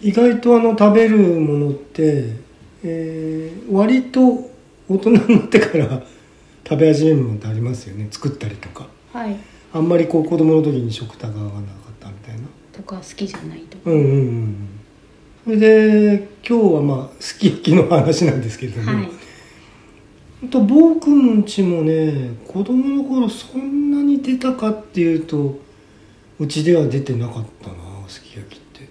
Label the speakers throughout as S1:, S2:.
S1: 意外とあの食べるものって、えー割と大人になってから 食べ始めるものってありますよね作ったりとか
S2: はい
S1: あんまりこう子供の時に食卓が合わなかったみたいな
S2: とか好きじゃないとか、
S1: うんうんうんそれで今日はまあすき焼きの話なんですけれども、
S2: はい
S1: ほんと僕んちもね子供の頃そんなに出たかっていうとうちでは出てなかったなすき焼きって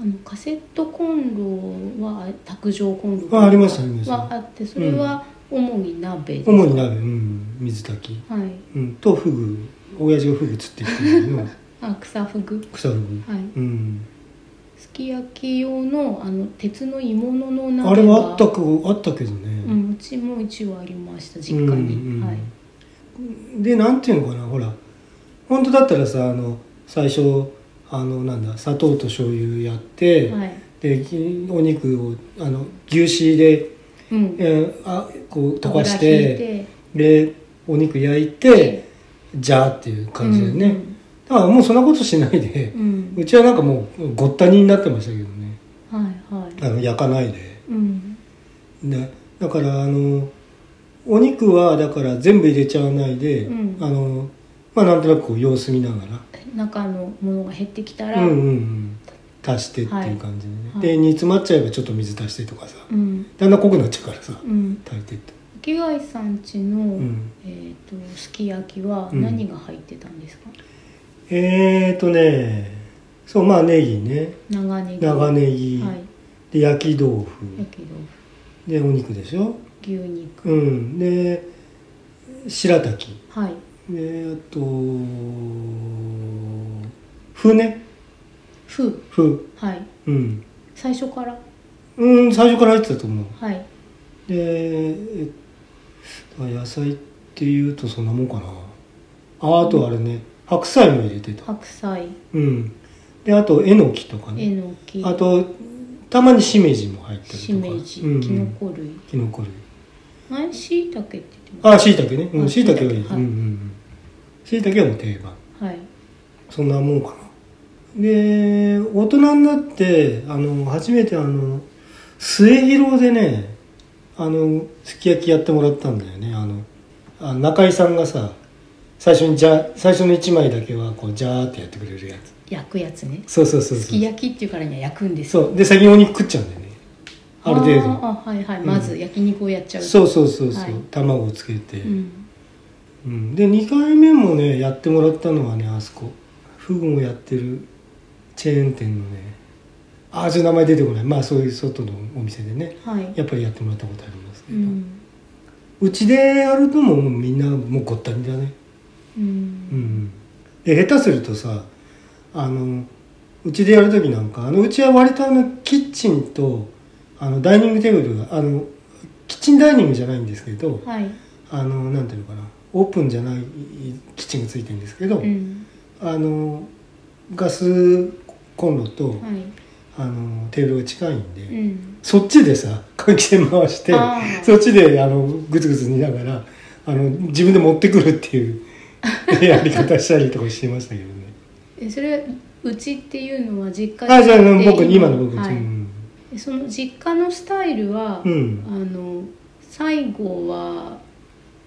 S2: あのカセットコンロは卓上コンロ
S1: あありましたありました
S2: はあってそれは主に鍋です
S1: 主に鍋、うん、水炊き、
S2: はい
S1: うん、とフグ親父がフグ釣ってきてる の
S2: あ草ふぐ
S1: 草フグ、
S2: はい
S1: うん、
S2: すき焼き用のあの鉄の鋳物の鍋
S1: あれはあったくあったけどね、
S2: うん、うちも一応ありました実家に、
S1: うんうん
S2: はい
S1: でなんていうのかなほら本当だったらさあの最初あのなんだ砂糖と醤油やって、
S2: はい
S1: できお肉をあの牛脂で、
S2: うん
S1: えーあこう溶かし
S2: 油引い
S1: てでお肉焼いてじゃーっていう感じでね、
S2: うん
S1: だからもうそんなことしないで
S2: う、ん
S1: うちはなんかもうごったにになってましたけどね
S2: はいはい
S1: あの焼かないで
S2: うん
S1: ねだからあのお肉はだから全部入れちゃわないで、
S2: うん
S1: あのまあなんとなくこう様子見ながら
S2: 中のものが減ってきたら、
S1: うんうんうん足してっていう感じでね、
S2: はいは
S1: で
S2: い
S1: 煮詰まっちゃえばちょっと水足してとかさ
S2: うん
S1: だんだん濃くなっちゃうからさ
S2: うん
S1: 炊いてって
S2: 池貝さん家の、
S1: ん
S2: えー、とすき焼きは
S1: うん
S2: 何が入ってたんですか、
S1: えーとねそうまあネギね
S2: 長ネギ
S1: 長ネギ、
S2: はい
S1: で焼き豆腐
S2: だけど
S1: でお肉でしょ
S2: 牛肉
S1: うんで白滝
S2: はい
S1: であと風ね
S2: ふ
S1: 風
S2: はい
S1: うん、
S2: 最初から
S1: うん、最初から入ってたと思う
S2: はい
S1: でえだから野菜っていうとそんなもんかなああとあれね白菜も入れてた
S2: 白菜
S1: うんであとえのきとか
S2: え
S1: ね
S2: のき
S1: あとたまにしめじも入ったりとか
S2: しめじ、
S1: うんうん、
S2: きのこ類
S1: きのこ類
S2: 前しいたけって言ってま
S1: ああしいたけねうん
S2: あ
S1: しいたけはいい、
S2: 椎茸
S1: うんうんうんしいたけはもう定番
S2: すはい
S1: そんなもんかなで大人になってあの初めてあの末広でねあのすき焼きやってもらったんだよねあのあ中井さんがさ最初にじゃ最初の1枚だけはこうジャーってやってくれるやつ
S2: 焼くやつね
S1: そうそうそう
S2: す
S1: そ
S2: き
S1: う
S2: 焼きっていうからには焼くんですよ
S1: そうで先にお肉食っちゃうんだよねある程
S2: あーあはいはい、まず焼肉をやっちゃ
S1: 度
S2: う
S1: そうそうそうそう、
S2: はい
S1: 卵をつけて、
S2: うん
S1: うん、で2回目もねやってもらったのはねあそこフグをやってるチェーン店のねああちょっと名前出てこないまあそういう外のお店でね
S2: はい
S1: やっぱりやってもらったことありますけ
S2: う
S1: ど、
S2: ん、
S1: うちでやるともうみんなもうごったにだね
S2: う、
S1: うんんで下手するとさあのうちでやる時なんかあのうちは割とあのキッチンとあのダイニングテーブルがあのキッチンダイニングじゃないんですけど、
S2: はい
S1: あのなんていうのかなオープンじゃないキッチンがついてるんですけど、
S2: うん
S1: あのガスコンロと、
S2: はい
S1: あのテーブルが近いんで、
S2: うん
S1: そっちでさ換気扇回して
S2: あー
S1: そっちであのグツグツ煮ながらあの自分で持ってくるって いうやり方したりとかしてましたけどね。
S2: えそれうちっていうのは実家
S1: あじゃああの
S2: で
S1: 僕今の僕、
S2: は
S1: う
S2: い
S1: ん
S2: えその実家のスタイルは、
S1: うん
S2: あの最後は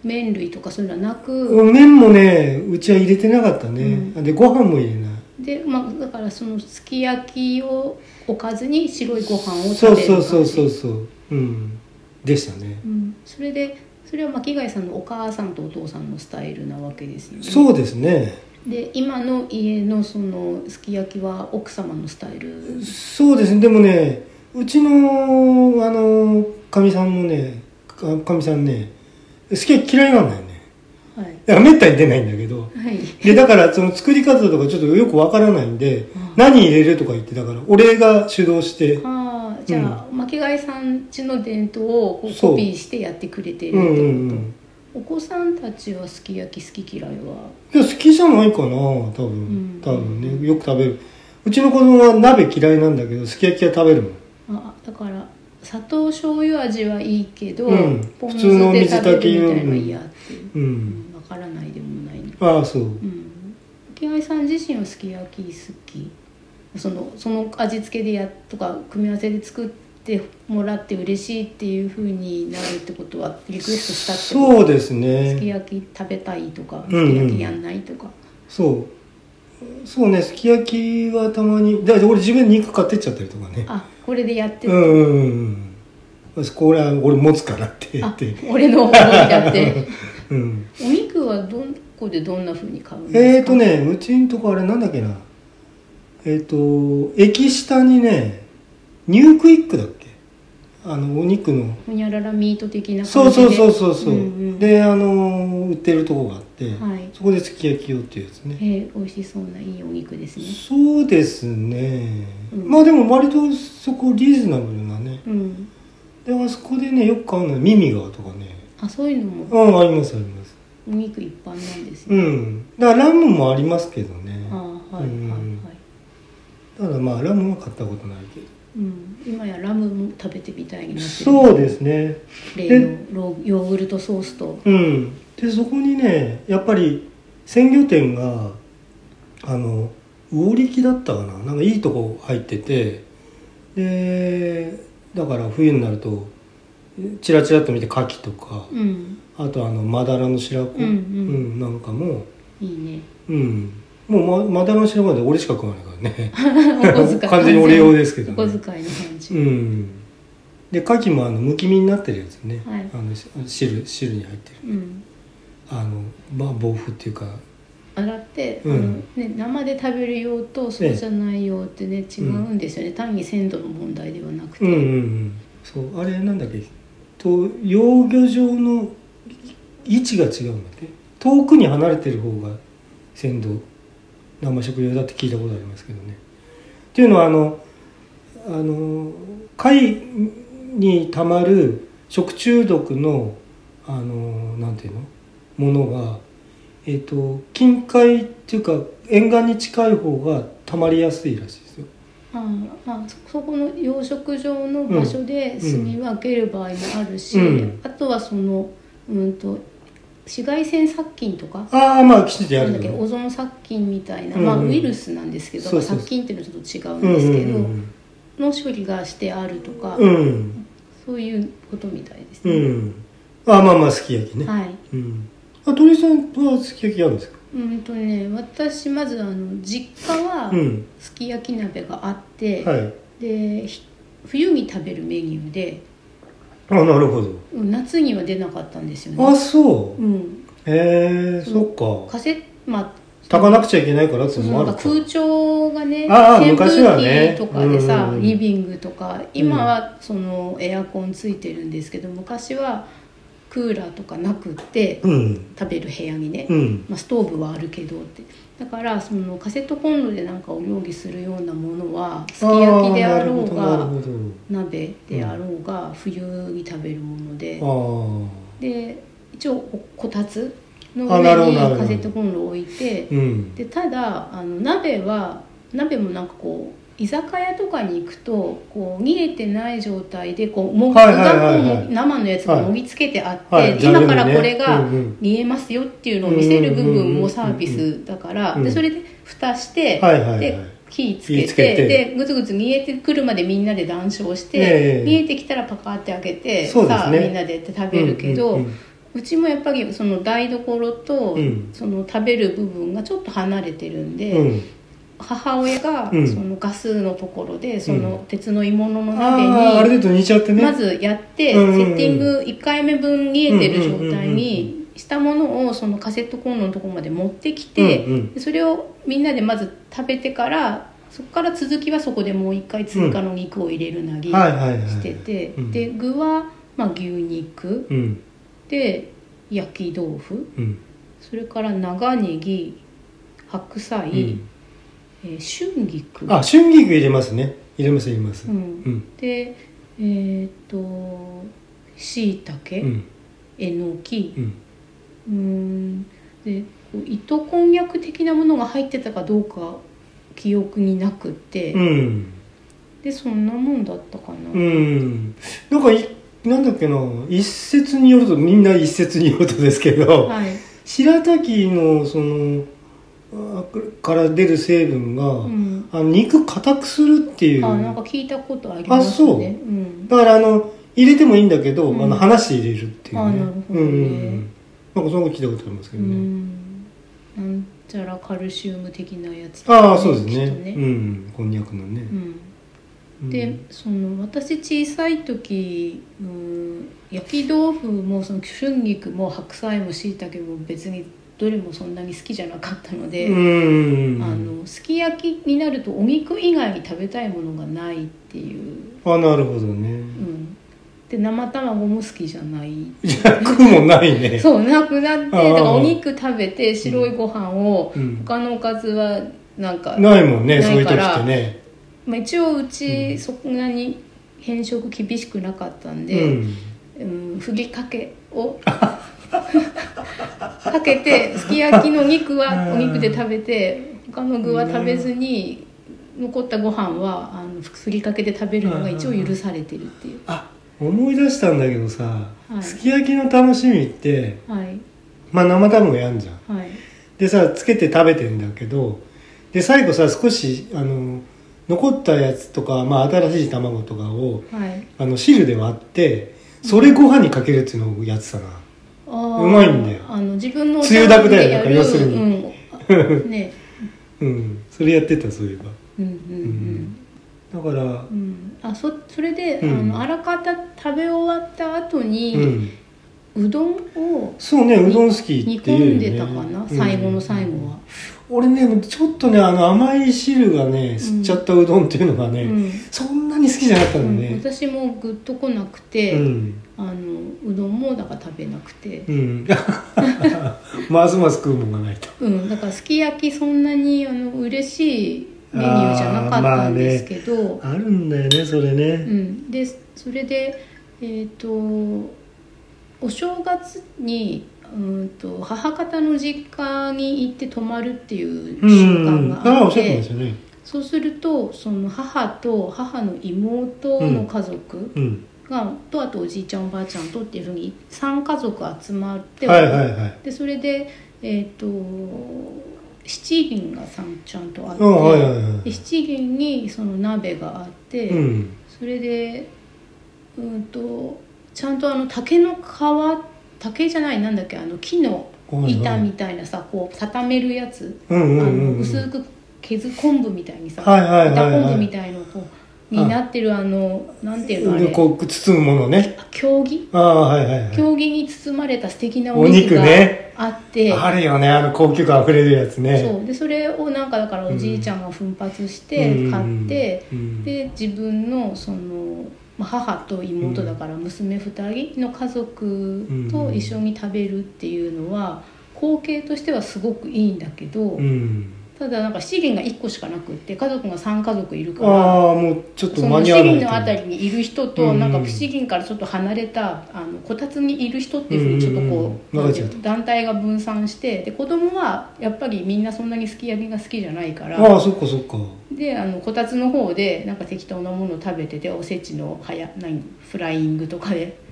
S2: 麺類とかそういうのはなく、
S1: 麺もねうちは入れてなかったね、
S2: う
S1: でご飯も入れない
S2: で、まあ、だからそのすき焼きをおかずに白いご飯を
S1: そ
S2: 食
S1: うそう
S2: べる感じ
S1: そうそうそううんでしたね、
S2: うん、それでそれは巻貝さんのお母さんとお父さんのスタイルなわけですよね
S1: そうですね
S2: で今の家のそのすき焼きは奥様のスタイル
S1: そうですねでもねうちのあのかみさんもねかかみさんね好き嫌いなんだよね
S2: はい
S1: だからめったに出ないんだけど
S2: はい
S1: でだからその作り方とかちょっとよくわからないんで何入れるとか言ってだから俺が主導して
S2: ああじゃあ、巻貝さんちの伝統をこう
S1: そう
S2: コピーしてやってくれてるっ
S1: うん
S2: てこと、
S1: うんうん
S2: お子さんたちはすき焼き好き嫌いはい
S1: や好きじゃないかな多分、
S2: ん
S1: 多分ねよく食べるうちの子供は鍋嫌いなんだけどすき焼きは食べるもん
S2: あだから砂糖醤油味はいいけど、
S1: うん
S2: ポン
S1: 普
S2: 酢
S1: 通の
S2: で
S1: 水
S2: 食
S1: 炊
S2: べ
S1: き
S2: るみたいなのは
S1: うん
S2: 嫌っていう、
S1: う
S2: うんん、分からないでもないな
S1: ああそう
S2: うん池上さん自身はすき焼き好きそのその味付けでやとか組み合わせで作ってもらって嬉しいっていう風になるってことはリクエストしたってこと
S1: そうです
S2: すき
S1: ね
S2: 焼き食べたいとかす
S1: うん
S2: き
S1: うん
S2: 焼きやんないとか、
S1: そうそうねすき焼きはたまにだって俺自分で肉買ってっちゃったりとかね
S2: あこれでやって
S1: う
S2: る、
S1: んうんうんうんこれは俺持つからって言
S2: あ
S1: って
S2: 俺の方にやって
S1: うん
S2: お肉はどこでどんな風に買うんですか
S1: えーとねうちんとこあれなんだっけなえっ、と駅下にねニュークイックだっけあのお肉の
S2: ほにゃららミート的な
S1: そう
S2: 感じ
S1: そ
S2: で
S1: うそうそうそう、
S2: んうん
S1: であの売ってるとこがあって、
S2: はい
S1: そこですき焼き用っていうやつ
S2: え
S1: ね
S2: ー、美味しそうないいお肉ですね
S1: そうですね、
S2: うん
S1: まあでも割とそこリーズナブルなね
S2: うん
S1: であそこでねよく買うのはミミガーとかね
S2: あそういうのも
S1: うんありますあります
S2: お肉一般なんです
S1: う
S2: ね、
S1: んだからラムもありますけどね
S2: ああはいはい
S1: うん
S2: はい、
S1: ただまあラムは買ったことないけど
S2: うん、今やラムも食べてみたいになってる
S1: そうですね
S2: 例のローヨーグルトソースと
S1: うんでそこにねやっぱり鮮魚店があの魚力だったかななんかいいとこ入っててでだから冬になるとチラチラっと見て牡蠣とか
S2: うん
S1: あとあのマダラの白子、
S2: うんうん
S1: んなんかも
S2: いいね
S1: うんもうまマダラの白子なんで俺しか食わないから ね
S2: お小遣い
S1: 完全に俺用ですけど
S2: お
S1: ね
S2: 小遣いの感じ、
S1: うんで牡蠣もあのむき身になってるやつね、
S2: はい
S1: あのし汁汁に入ってる
S2: うん
S1: あのまあ防腐っていうか
S2: 洗って、
S1: うん
S2: あのね、生で食べる用とそうじゃない用ってね、違うんですよね、単に鮮度の問題ではなくて、
S1: うんうんうんそうあれなんだっけと養魚場の位置が違うんだっけ遠くに離れてる方が鮮度生食用だって聞いたことありますけどねっていうのはあのあの貝にたまる食中毒のあのなんていうのものがえっ、と近海っていうか沿岸に近い方がたまりやすいらしいですよ
S2: あああそそこの養殖場の場所で炭分ける場合もあるし、
S1: うん
S2: あとはその、うん、と紫外線殺菌とか
S1: ああまあきちんとや
S2: な
S1: る
S2: ん
S1: け
S2: だっけ
S1: ど
S2: オゾン殺菌みたいな、
S1: うんうん
S2: まあ、ウイルスなんですけど、
S1: そうそう
S2: 殺菌っていうのはちょっと違うんですけど、
S1: うんうんうん
S2: の処理がしてあるとか、
S1: うん、
S2: そういうことみたいです
S1: う
S2: ね。
S1: ん、あまあまあすき焼きね、
S2: はい
S1: うん、あ鳥居さんはすき焼きあるんですか
S2: うんとね私まずあの実家は
S1: うん
S2: すき焼き鍋があって、
S1: はい
S2: でひ冬に食べるメニューで
S1: あなるほど
S2: うん夏には出なかったんですよ
S1: あ
S2: ね。
S1: そう
S2: うん、
S1: へえ
S2: そ
S1: そうっか
S2: カセッまあ
S1: 炊かなくちゃいけないからって
S2: そ
S1: いう
S2: う
S1: のも
S2: な
S1: あ
S2: ん
S1: る
S2: か
S1: か
S2: 空調がね
S1: ああ
S2: 扇
S1: 昔はね
S2: 風機とかで
S1: うん
S2: さ、
S1: うんうん
S2: リビングとか今はそのエアコンついてるんですけど昔はクーラーとかなくって
S1: うん
S2: 食べる部屋にね、
S1: うん
S2: まあ、ストーブはあるけどってだからそのカセットコンロでなんかお料理するようなものはすき焼きであろう
S1: あーな
S2: が
S1: るほ
S2: 鍋であろうが冬に食べるもので、
S1: ど
S2: で一応ここたつの
S1: あなるほど
S2: 上に
S1: なるほど
S2: カセットコンロを置いて
S1: あーうん
S2: でただあの鍋は鍋もなんかこう居酒屋とかに行くとこう逃げてない状態でこうも具
S1: はいはい
S2: がこう
S1: はいはい
S2: も生のやつがもぎつけてあって、
S1: はいはい
S2: 今からこれ
S1: う
S2: が
S1: んうん
S2: 煮えますよっていうのを見せる部分もサービスだから
S1: うん
S2: でそれで蓋して、
S1: はいはいはい
S2: で火つけて
S1: 火つけて
S2: でぐつぐつ煮えてくるまでみんなで談笑して、
S1: ええ
S2: 煮えてきたらパカって開けて、
S1: そうですね
S2: さあみんなでって食べるけ
S1: う
S2: ど。
S1: んうんうん
S2: うちもやっぱりその台所と
S1: うん
S2: その食べる部分がちょっと離れてるんで、
S1: うん
S2: 母親が
S1: うん
S2: そのガスのところでそうの鉄の鋳物の
S1: ああある
S2: 鍋
S1: 程度煮ちゃって
S2: に
S1: ね
S2: まずやってセ
S1: うんうんうん
S2: ッティング1回目分煮えてる状態
S1: うん
S2: にしたものをそのカセットコンロのところまで持ってきて
S1: うんうん
S2: でそれをみんなでまず食べてからそこから続きはそこでもう1回追加の肉を入れるなり
S1: はいはいはい
S2: してて
S1: うん
S2: で具はまあ牛肉
S1: うん
S2: で焼き豆腐
S1: うん
S2: それから長ネギ白菜、
S1: うん
S2: えー春菊
S1: あ春菊入れますね入れます入れます
S2: う
S1: うん
S2: ん、
S1: うん
S2: でえーっとしいたけ
S1: うん
S2: えのき
S1: うん
S2: うーんでこう糸こんにゃく的なものが入ってたかどうか記憶になくって、
S1: うん
S2: でそんなもんだったかな、
S1: うん、なんかいなんだっけな一説によるとみんな一説によるとですけど、
S2: はい、
S1: 白滝のそのあから出る成分が、
S2: うん、
S1: あの肉硬くするっていう
S2: あなんか聞いたことあります
S1: あそう
S2: ねうん
S1: だからあの入れてもいいんだけど、
S2: うん
S1: あの話入れるっていう
S2: あ
S1: ね
S2: なるほどね
S1: うんうんうん、なんかそんなこと聞いたことありますけ
S2: う
S1: どね、
S2: んなんちゃらカルシウム的なやつとかね、
S1: ああそうですね
S2: きっとね
S1: うんこんにゃくのね、
S2: うん
S1: うん
S2: でその私小さい時、うん、焼き豆腐もその春菊も白菜も椎茸も別にどれもそんなに好きじゃなかったので、
S1: うん
S2: あのすき焼きになるとお肉以外に食べたいものがないっていう、
S1: あなるほどね
S2: うん、で生卵も好きじゃない
S1: 役もないね
S2: そうなくなってだ
S1: あー
S2: からお肉食べて白いご飯を、
S1: うん
S2: 他のおかずはなんか、
S1: ないもんねそう
S2: ないいう
S1: 時
S2: か
S1: っ
S2: ら
S1: てね
S2: まあ、一応うちそんなに偏食厳しくなかったんで。
S1: うん
S2: うん、ふりかけを かけてすき焼きの肉はお肉で食べて他の具は食べずに残ったご飯はあのふりかけで食べるのが一応許されてるっていう
S1: あ思い出したんだけどさ、
S2: はい
S1: すき焼きの楽しみって
S2: はい
S1: まあ生卵やんじゃん
S2: はい
S1: でさつけて食べてんだけどで最後さ少しあの残ったやつとか、まあ、新しい卵とかを
S2: はい
S1: あの汁で割ってそれご飯にかけるっていうのをやってたな、
S2: あー
S1: うまいんだよ
S2: あの自分の
S1: つゆだくだよ
S2: お茶碗で
S1: だから
S2: や
S1: 要するに
S2: うん あね
S1: うん、それやってたそういえば
S2: うんうん
S1: だから
S2: うん、うん、あそそれで、
S1: うん
S2: あのあらかた食べ終わった後
S1: う
S2: に、
S1: ん
S2: うどんを
S1: そうねうどん好き
S2: 煮
S1: っていう、ね、
S2: 込んでたかな、
S1: うん
S2: 最後の最後は、
S1: 俺ねちょっとねあの甘い汁がね吸っちゃったうどんっていうのがね、
S2: うん
S1: そんなに好きじゃなかったの
S2: う
S1: ね
S2: ん私もグッとこなく
S1: う
S2: て、
S1: ん、
S2: あのうどんもだから食べなくて
S1: うん ますます食うもんがないと
S2: うん、だからすき焼きそんなにあの嬉しいメニューじゃなかったんですけど、
S1: あるんだよねそれ
S2: う
S1: ね、
S2: ん、でそれでえっ、とお正月にうんと母方の実家に行って泊まるっていう
S1: う
S2: 習
S1: ん
S2: 慣
S1: あ
S2: が
S1: あ
S2: あ
S1: おっ
S2: っ
S1: しゃって
S2: て、
S1: ましたね
S2: そうするとその母と母の妹の家族、
S1: うん
S2: がとあとおじいちゃんおばあちゃんとっていうふうに3家族集まって、
S1: はいはいはい
S2: でそれでえっ、と七輪がさんちゃんとあって、
S1: うんはいはいはい
S2: で七輪にその鍋があって、
S1: うん
S2: それでうんとちゃんとあの竹の皮竹じゃないなんだっけあの木の板みたいなさ、こう畳めるやつ、
S1: うんうん
S2: あ
S1: うん
S2: の
S1: うん
S2: 薄く削る昆布みたいにさ、
S1: はいはいはいはい
S2: 板昆布みたいのこうになってるあのなんていうのあれ
S1: でこう包むものね
S2: 競技
S1: ああはいはいはい
S2: 競技に包まれた素敵な
S1: お
S2: お
S1: 肉
S2: 肉が
S1: ね
S2: あって、
S1: あるよねあの高級感あふれるやつね
S2: そうでそれをなんかだからおじいちゃんが奮発して買って、
S1: うんうんうん
S2: で自分のそのまあ母と妹だから娘2人の家族と一緒に食べるっていうのは光景としてはすごくいいんだけど、
S1: うん
S2: ただなんか資源が1個しかなくって家族が3家族いるから。
S1: ああもうちょっと
S2: そ
S1: 間
S2: の
S1: に
S2: 資
S1: 合わない
S2: 源のあたりにいる人と、
S1: うん
S2: なんか資源からちょっと離れたあのこたつにいる人っていうふうにちょっとこう,
S1: うんうんうん
S2: なんていう
S1: 分
S2: の、
S1: かっちゃ
S2: 団体が分散してで子供はやっぱりみんなそんなにすき焼きが好きじゃないから
S1: ああそっかそっか
S2: であのこたつの方でなんか適当なものを食べてておせちのはや何フライングとかで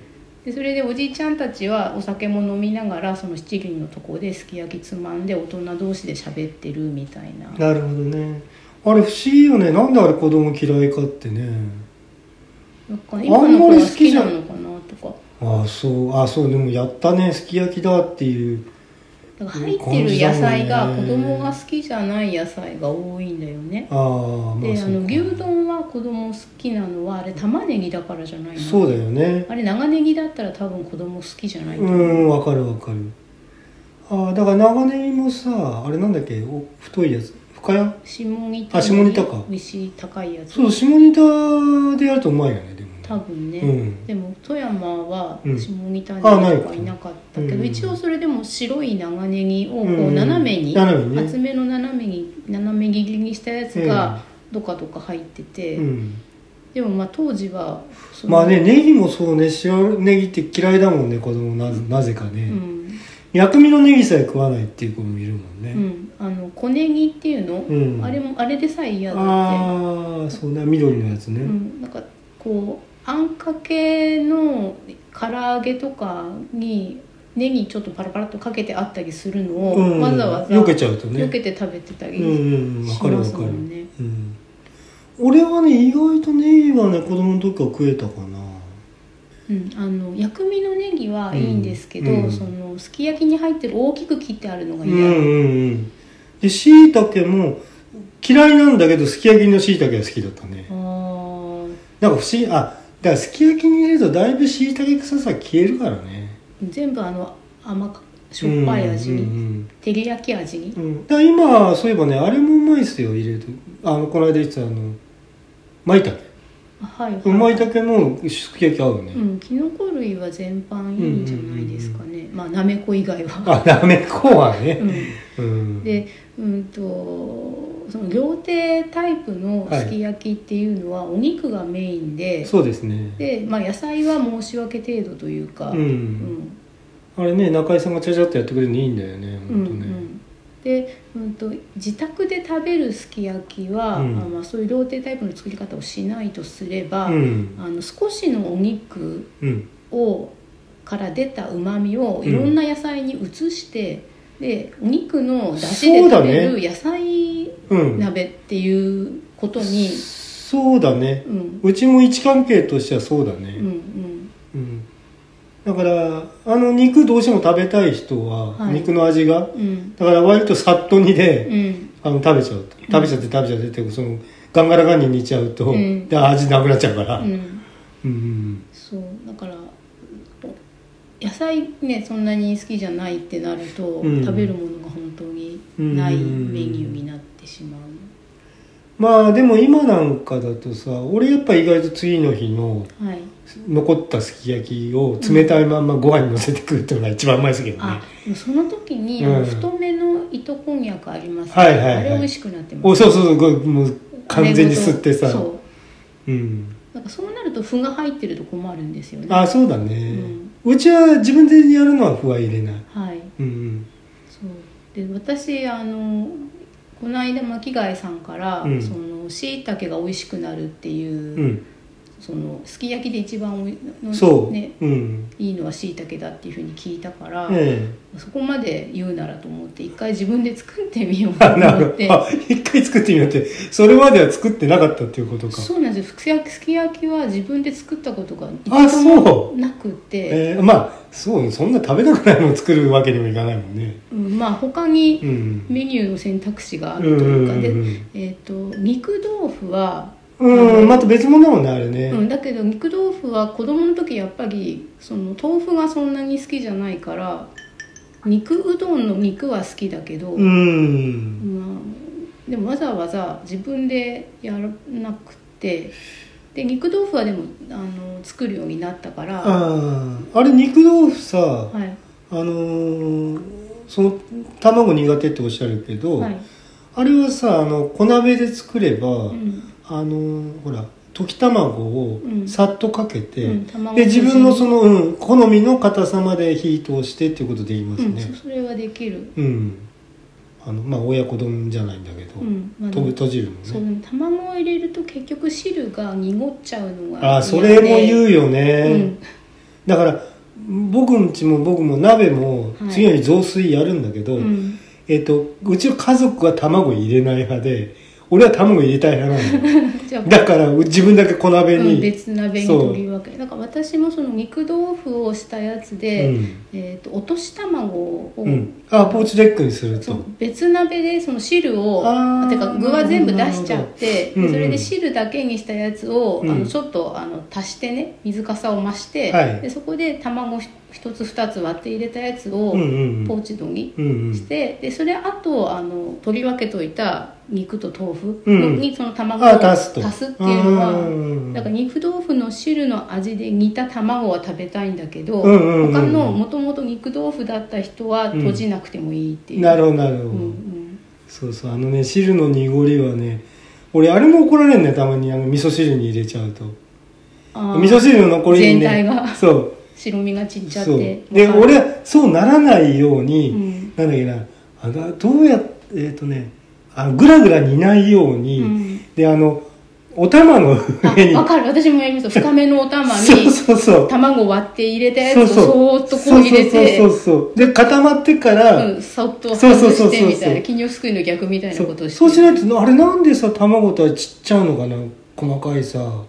S2: でそれでおじいちゃんたちはお酒も飲みながらその七輪のとこですき焼きつまんで大人同士で喋ってるみたいな。
S1: なるほどねあれ不思議よねなんであれ子供嫌いかってね
S2: なんか今の子が好きなのかなとか。
S1: ああそうあそうでもやったねすき焼きだっていう
S2: だから入ってる野菜が子供が好きじゃない野菜が多いんだよね。
S1: ああまあ
S2: で、あ
S1: そう
S2: の
S1: か
S2: 牛丼は子供好きなのはあれ玉ねぎだからじゃないの。
S1: そうだよね
S2: あれ長ネギだったら多分子供好きじゃないと
S1: う
S2: 思う。
S1: んわかるわかるああだから長ネギもさあれなんだっけお太いやつ深谷
S2: 下仁田。
S1: あ下仁田か
S2: 美味しい高いやつ。
S1: そう下仁田でやるとうまいよねでもね
S2: 多分ね、
S1: うん
S2: でも富山は
S1: うん
S2: 下仁田に
S1: あない
S2: はいなかったけ
S1: う
S2: ど、
S1: ん
S2: 一応それでも白い長ネギをこ
S1: う
S2: うん斜めに、
S1: 斜めにね
S2: 厚めの斜めに斜め切りにしたやつがどかどか入ってて、
S1: うん
S2: でもまあ当時はその
S1: まあねネギもそうね白ネギって嫌いだもんね子供ななぜか
S2: う
S1: ね、
S2: ん、
S1: 薬味のネギさえ食わないっていう子もいるもん
S2: う
S1: ね、
S2: ん、あの小ネギっていうの、
S1: うん
S2: あれもあれでさえ嫌だって、
S1: ああそうね緑のやつね、
S2: うん、なんかこうあんかけの唐揚げとかにネギちょっとパラパラっとかけてあったりするのを、
S1: うん
S2: わざわざ
S1: 避けちゃうとね
S2: 避けて食べてた
S1: う
S2: り
S1: んうんわ
S2: し
S1: かる
S2: ま
S1: わ
S2: す
S1: か
S2: も
S1: る、
S2: んね。
S1: うん、俺はね意外とネギはね子供の時から食えたかな
S2: うん、あの薬味のネギはいいんですけど、
S1: うん
S2: そのすき焼きに入ってる大きく切ってあるのが
S1: うん
S2: 嫌、
S1: うんうんでしいたけも嫌いなんだけどすき焼きのしいたけが好きだったね
S2: あー
S1: なんか不思議あだからすき焼きに入れるとだいぶしいたけ臭さ消えるからね
S2: 全部あの甘かしょっぱい味に、
S1: うんうん
S2: 照り焼き味に
S1: うんうんだから今そういえばねあれもうまいっすよ入れるとあのこの間言ってたあのまいたけ
S2: あはい、はい、
S1: まいたけもすき焼き合うね、
S2: うんきのこ類は全般いいんじゃないですかね、まあなめこ以外は、
S1: あなめこは
S2: う
S1: ね、
S2: ん、
S1: うん、
S2: でうんとその料亭タイプのすき焼きっていうのはお肉がメインで、
S1: そうですね
S2: で、まあ、野菜は申し訳程度というか、
S1: うん、
S2: うん、
S1: あれね中井さんがちゃちゃっとやってくれるのいいんだよね
S2: う
S1: 本
S2: ん
S1: 当ね、
S2: うんで、うん、と自宅で食べるすき焼きは、
S1: うん
S2: あまあ、そういう料亭タイプの作り方をしないとすれば、
S1: うん
S2: あの少しのお肉
S1: うん
S2: をから出たうまみを
S1: うん
S2: いろんな野菜に移して、でお肉の出汁で
S1: そうだ
S2: 食
S1: ね
S2: べる野菜
S1: うん、
S2: 鍋っていうことに、
S1: そうだね
S2: うん
S1: うちも位置関係としてはそうだ
S2: う
S1: ね、
S2: ん
S1: うんだからあの肉どうしても食べたい人は
S2: はい
S1: 肉の味が、
S2: うんうん
S1: だから割とさっと煮
S2: う
S1: で、
S2: ん
S1: あの食べちゃうと食べちゃって食べちゃってってそのガンガラガンに煮ちゃうと、
S2: うん
S1: で味なくなっちゃうから、う
S2: うんん
S1: うん
S2: そうだからお野菜ねそんなに好きじゃないってなると、
S1: うん
S2: 食べるものが本当にない
S1: うん
S2: メニューになってしまう、
S1: まあでも今なんかだとさ俺やっぱ意外と次の日の
S2: はい
S1: 残ったすき焼きを冷たいまんまご飯にのせて食うっていうのが一番うまいですけどね
S2: あ、でもその時に、
S1: うん
S2: あの太めの糸こんにゃくありますね、
S1: はいはいはい
S2: あれ美味しくなってま
S1: お
S2: す
S1: そうそうそうこれもう完全に
S2: あれごと
S1: 吸ってさ
S2: そう
S1: うん
S2: なんかそうなると麩が入ってると困るんですよね
S1: あそうだね、うちは自分でやるのは不は入れない
S2: はい
S1: うん
S2: そうで私あのこの間巻貝さんから、
S1: うん
S2: そのしいたけが美味しくなるっていう、
S1: うんうん
S2: そのすき焼きで一番おいの
S1: そう、
S2: ね、
S1: うん
S2: いいのはしいたけだっていうふうに聞いたから、
S1: え
S2: そこまで言うならと思って一回自分で作ってみよう
S1: え
S2: と
S1: あな
S2: 思
S1: る
S2: って
S1: ほどあ一回作ってみようってそれまでは作ってなかったっていうことか
S2: そうなんですよすき焼きすき焼きは自分で作ったことが一
S1: あ
S2: 度も
S1: そ
S2: なくて
S1: ええまあそうそんな食べたくないもの作るわけにもいかないもんね
S2: うんまあ他に
S1: うん
S2: メニューの選択肢があるというか、
S1: うんうんうん
S2: で、えっと肉豆腐は、
S1: うんまた別物だもんねあれね、
S2: うん、だけど肉豆腐は子供の時やっぱりその豆腐がそんなに好きじゃないから肉うどんの肉は好きだけど、
S1: うん
S2: まあ、でもわざわざ自分でやらなくてで肉豆腐はでもあの作るようになったからは
S1: あああれ肉豆腐さ、
S2: い
S1: あのーその卵苦手っておっしゃるけど、
S2: はい、
S1: あれはさあの小鍋で作れば、
S2: うん
S1: あのーほら溶き卵を
S2: うん
S1: さっとかけて、
S2: うん卵
S1: で自分のその、
S2: の、
S1: うん、好みの硬さまで火通してっていうことで言います
S2: うん、
S1: ね
S2: そそれはできる、
S1: うん、あのまあ親子丼じゃないんだけど、
S2: うんまあ、で
S1: とぶ
S2: も
S1: 閉じるの
S2: そ
S1: ね
S2: う卵を入れると結局汁が濁っちゃうのが
S1: ああそれも言
S2: う
S1: うよね、
S2: うん
S1: だから僕んちも僕も鍋も
S2: はい
S1: 次の日雑炊やるんだけど、
S2: うん、
S1: えっ、と、うちの家族は卵入れない派で、俺は卵入れたい派なのよ。
S2: じゃあ
S1: だから、う自分だけ小鍋
S2: うん、
S1: に。
S2: 別鍋に
S1: そう
S2: 取り分けなんか私もその肉豆腐をしたやつ
S1: う
S2: で、
S1: ん。
S2: えー、と落とし卵を、
S1: うん。あ、ポーチレックにする
S2: そ
S1: と
S2: う。別鍋でその汁を
S1: あー
S2: てか具は全部出しちゃって、
S1: なるほどうんうん
S2: それで汁だけにしたやつを、
S1: うん
S2: あのちょっとあの足してね水かさを増して、
S1: はい
S2: でそこで卵ひ一つ二つ割って入れたやつを
S1: うんうん
S2: ポーチドに
S1: うんうん。
S2: して、でそれあとあの取り分けといた肉と豆腐
S1: うん
S2: にその卵を
S1: あ、足すと。
S2: 足すっていうの
S1: あー
S2: は。だから肉豆腐の汁の味で煮た卵は食べたいんだけど、
S1: うんうんうん
S2: 他のもともと肉豆腐だった人は閉じなくてもいいっていう、
S1: なるほど、なるほど、
S2: うん
S1: そうそう、あのね、汁の濁りはね、俺、あれも怒られるんだよ、たまに。あの、味噌汁に入れちゃうと。
S2: うん、
S1: 味噌汁の残りにね。
S2: 全体が
S1: そう。
S2: 白身がちっちゃっ
S1: そう
S2: て
S1: で俺はそうならないように、
S2: うん
S1: なんだっけなあのどうやっえっ、とねあのグラグラ煮ないように、
S2: うん
S1: であのお玉の
S2: あ
S1: 上に
S2: わかる私もやりました深めのお玉
S1: そう
S2: に
S1: そうそう
S2: 卵割って入れたや
S1: そう
S2: つを
S1: そう
S2: そーっとこう入れて
S1: そうそうそうそうで固まってから、
S2: うんそっと
S1: そうそう
S2: 外
S1: そうそう
S2: してみたい
S1: そ
S2: な
S1: う
S2: 金魚すくいの逆みたいな
S1: そ
S2: ことを
S1: う
S2: して
S1: そうしないとあれなんでさ卵とはちっちゃいのかな細かいさ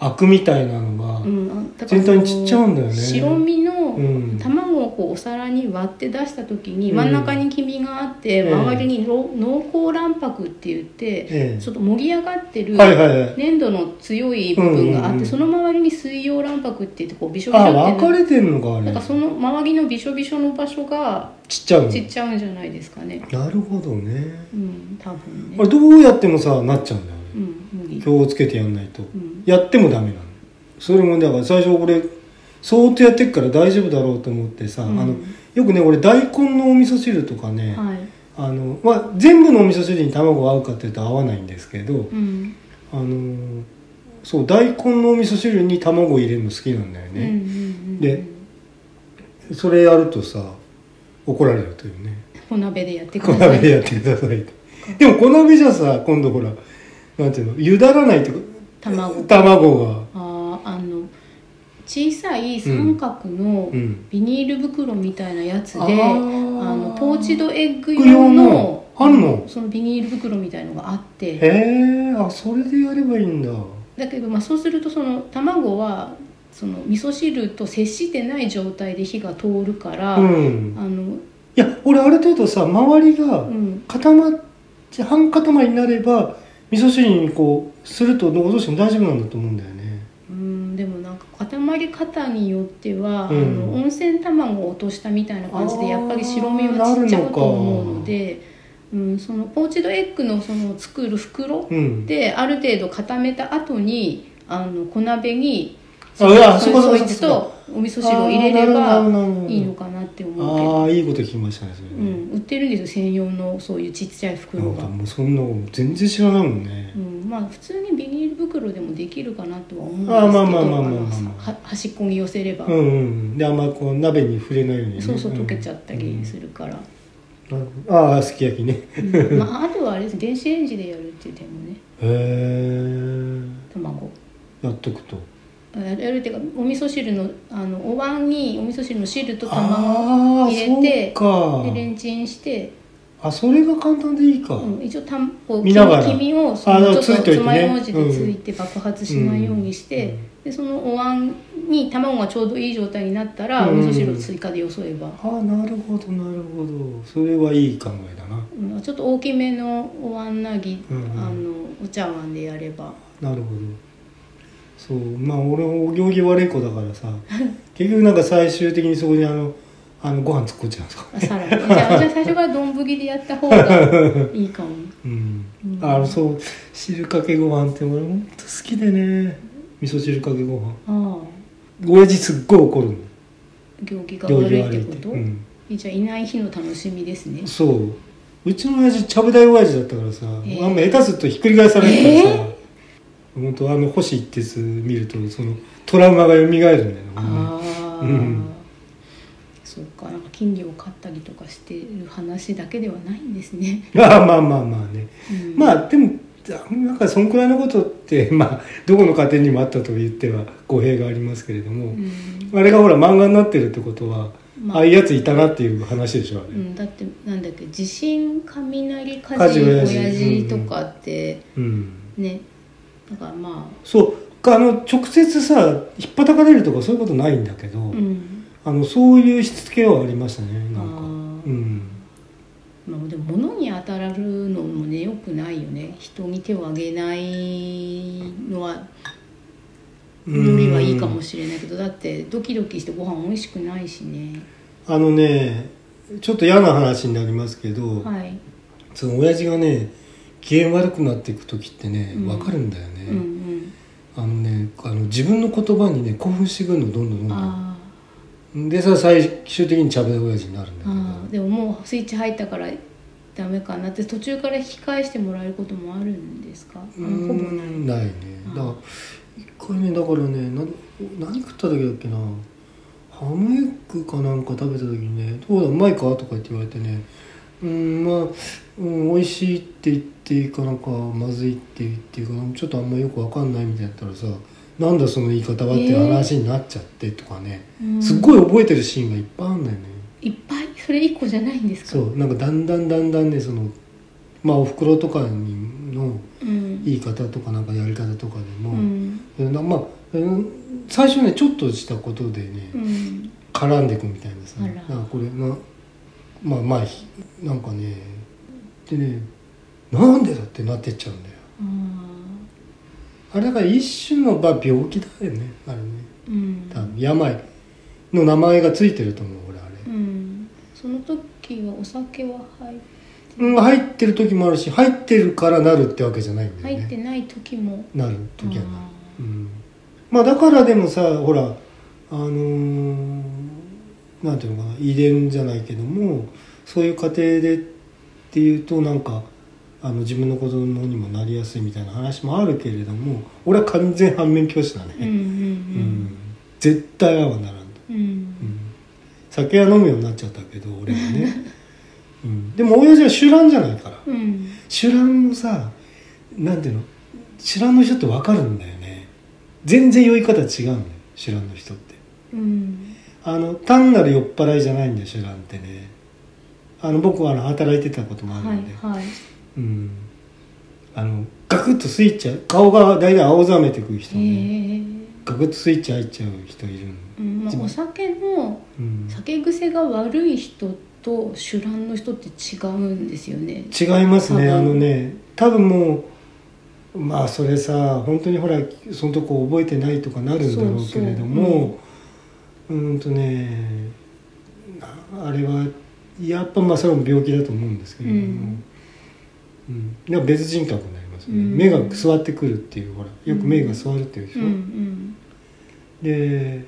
S1: アクみたいなのが、
S2: うん、だから
S1: 全体にちっちゃうんだよね
S2: 白身の
S1: うん
S2: 卵をこうお皿に割って出した時に
S1: うん
S2: 真ん中に黄身があって、
S1: ええ
S2: 周りにろ濃厚卵白って言って、
S1: ええ
S2: ちょっと盛り上がってる
S1: はいはいはい
S2: 粘土の強い部分があって、
S1: うんうんうん
S2: その周りに水溶卵白って言ってこうびしょびし
S1: あ
S2: ょ
S1: 分
S2: って
S1: か
S2: な
S1: れてんのかあ
S2: なん
S1: れ
S2: かその周りのびしょびしょの場所が
S1: ちっちゃいの
S2: 散っちゃうんじゃないですかね。
S1: なるほどね
S2: うん、多分
S1: あ
S2: ね。
S1: れどうやってもさなっちゃうんだよね
S2: うん、無理。
S1: 気をつけてやんないと、
S2: ん
S1: やってもダメなのそれもだから最初俺そーっとやってっから大丈夫だろうと思ってさ、
S2: うん
S1: あのよくね俺大根のお味噌汁とかね、
S2: はい。
S1: あのまあ、全部のお味噌汁に卵が合うかっていうと合わないんですけど、
S2: うん。
S1: あのーそう大根のお味噌汁に卵を入れるの好きなんだよ
S2: うんうん
S1: ね、
S2: うん。
S1: でそれやるとさ怒られるというね
S2: 小鍋でやってく
S1: 小
S2: ださ
S1: 鍋
S2: い。
S1: でやってくださいとでも小鍋じゃさ今度ほらなんていうのゆだらないとか
S2: 卵
S1: 卵が
S2: あーあの小さい三角の
S1: うん
S2: ビニール袋みたいなやつで、
S1: あー
S2: あのポーチドエッグ用
S1: 用
S2: の
S1: のあるの
S2: そのビニール袋みたいのがあって
S1: へえあそれでやればいいんだ
S2: だけど、まあ、そうするとその卵はその味噌汁と接してない状態で火が通るから、
S1: うん
S2: あの
S1: いや俺ある程度さ周りが
S2: うん
S1: 固まって半固まりになれば味噌汁にこうするとどうしても大丈夫なんだと思うんだよね
S2: うんでもなんか固まり方によっては、
S1: うん
S2: あの温泉卵を落としたみたいな感じ
S1: あ
S2: で
S1: ー
S2: やっぱり白身はちっちゃうと思うの
S1: な
S2: でうん、そのポーチドエッグのその作る袋
S1: うん
S2: である程度固めた後にあの小鍋に
S1: あうわ
S2: その
S1: そ
S2: そ
S1: こ
S2: いつとお味噌汁を入れれ
S1: あーなるほどなるほど
S2: ばいいのかなって思うけど、
S1: ああいいこと聞きましたねそれね、
S2: うん、売ってるんですよ専用のそういうちっちゃい
S1: な
S2: 袋
S1: んか
S2: が。
S1: もうそんなの全然知らないもんね
S2: う、ん、まあ普通にビニール袋でもできるかなとは思うんですけ
S1: あ
S2: ど
S1: ーまあまあまあまあまあ
S2: あのは端っこに寄せれば、
S1: うん、うんであんまりこう鍋に触れないようにね
S2: そうそう溶けちゃ
S1: っ
S2: ったりするから、
S1: た、うんああすき焼きねへ
S2: うんまあ、あとはあれです電子レンジでやるっていう点もね
S1: え
S2: 卵
S1: やっとくと
S2: あやるっていうかお味噌汁のあのお椀にお味噌汁の汁と卵
S1: あ
S2: を
S1: あ
S2: 入れて
S1: そう
S2: でレン
S1: か
S2: チンして、
S1: あそれが簡単でいいか、
S2: うん、一応たんこう黄
S1: 見ながら
S2: 身をそ
S1: あだ
S2: の
S1: から
S2: ちょっ
S1: ついとい
S2: と
S1: てね
S2: 爪楊枝でついて爆発しないようにして、
S1: うん
S2: でそのお椀に卵がちょうどいい状態になったら、
S1: うん
S2: お味噌汁を追加でよそえば、
S1: ああなるほどなるほどそれはいい考えだな
S2: うん、ちょっと大きめのお椀なぎ、
S1: うんうん
S2: あのお茶碗でやれば。
S1: なるほどそうまあ俺お行儀悪い子だから さ結局なんか最終的にそこにあのあのご飯突っ込んじゃうんですか
S2: あサラダじゃあじゃあ 最初から丼でやった方がいいかも
S1: うん
S2: うん
S1: あのそう汁かけご飯って俺ほんと好きでね味噌汁かけご飯
S2: ああ
S1: 親父すっごい怒るの
S2: 行儀が
S1: 行
S2: 悪
S1: 儀
S2: い
S1: 悪い
S2: っ
S1: って
S2: てこと、
S1: うん
S2: じゃあいない日の楽しみですね
S1: そううちの親父ちゃぶ台親父だったからさ、
S2: えー
S1: あんま下手するとひっくり返されるからさ、本当あの星一徹見るとそのトラウマが蘇るんだよね
S2: ああ、
S1: うん
S2: そうかなんか金魚を飼ったりとかしてる話だけではないんですね、
S1: まあまあまあまあね、
S2: うん
S1: まあでもなんかそんくらいのことって まあどこの家庭にもあったと言っては語弊がありますけれども、
S2: うん
S1: あれがほら漫画になってるってことは、
S2: まあ
S1: ああいうやついたなっていう話でしょあれ、
S2: うん、だってなんだっけ地震雷火
S1: 火事
S2: 事
S1: 親
S2: 親
S1: 父
S2: 父とかって
S1: うん
S2: ねだからま
S1: そうかあの直接さひっぱたかれるとかそういうことないんだけど、
S2: あうん
S1: あのそういうしつけはありましたねなんか
S2: あー
S1: うん
S2: まあ、でも物に当たるのもねよくないよね人に手をあげないのはよりはいいかもしれないけどだってドキドキしてご飯美味しくないしね
S1: あのねちょっと嫌な話になりますけど、
S2: はい、
S1: その親父がね機嫌悪くなっていく時ってね
S2: うん
S1: 分かるんだよね、
S2: うんうん
S1: あのねあの自分の言葉にね興奮してくるのどんどんどんどん
S2: あー
S1: でさ最終的にちゃぶ台親父になるんだけど
S2: あーでももうスイッチ入ったからダメかなって途中から引き返してもらえることもあるんですかあ
S1: う
S2: ほぼない
S1: んないね
S2: あー
S1: だから一回ねだからねな何食った時だっけなハムエッグかなんか食べた時にね「どうだうまいか?」とか言って言われてねうんまあ、うん、美味しいって言っていいかなんかまずいって言っていいかちょっとあんまよくわかんないみたいだったらさなんだその言い方はって話になっちゃってとかね、
S2: うん
S1: すっごい覚えてるシーンがいっぱいあんだよね、
S2: いっぱいそれ一個じゃないんですか
S1: そうなんかだんだんだんだんねそのまあおふくろとかにの
S2: うん
S1: 言い方とかなんかやり方とかで
S2: う
S1: も、
S2: ん
S1: なまあうん最初ねちょっとしたことでね、
S2: うん
S1: 絡んでいくみたいなさ
S2: あら
S1: なんかこれなまあまあひなんかねでねなんでだってなってっちゃうんだよ
S2: あ
S1: あれだから一種のまあ病気だよねあれね
S2: ーうん
S1: 多分病の名前がついてると思う俺あれ、
S2: うんその時はお酒は入っ
S1: うん、入ってる時もあるし入ってるからなるってわけじゃないんだよ
S2: 入って
S1: ね
S2: ない時も
S1: なる時はなる
S2: あ
S1: うんまあだからでもさほらあのーなんていうのかな遺伝じゃないけどもそういう家庭でっていうとなんかあの自分の子供にもなりやすいみたいな話もあるけれども俺は完全反面教師だね、
S2: うんうん
S1: うん絶対ああはならんと、
S2: うんう
S1: うんん酒は飲むようになっちゃったけど俺はね、 うん、でも親父は酒乱じゃないから
S2: うん
S1: 酒乱もさなんていうの酒乱の人って分かるんだよね全然酔い方違うんだよ酒乱の人って
S2: うん
S1: あの単なる酔っ払いじゃないんだよ酒乱ってねあの僕はあの働いてたこともあ
S2: は
S1: るんで、
S2: いはい
S1: うんあのガクッとスイッチ顔が大体青ざめてくる人
S2: へ
S1: ね、
S2: え
S1: ガクッとスイッチ入っちゃう人いるの
S2: うんまあ、お酒の
S1: うん
S2: 酒癖が悪い人と酒乱の人って違うんですよね
S1: 違いますね
S2: 多分
S1: あのね多分もうまあそれさ本当にほらそのとこ覚えてないとかなるんだろうけれどもうーんとねなあれはやっぱまあそれも病気だと思うんですけれども、う
S2: うんん
S1: だから別人格になりますよね、
S2: うん
S1: 目が座ってくるっていうほらよく目が座るっていうでし
S2: う
S1: ょ、
S2: んうん
S1: で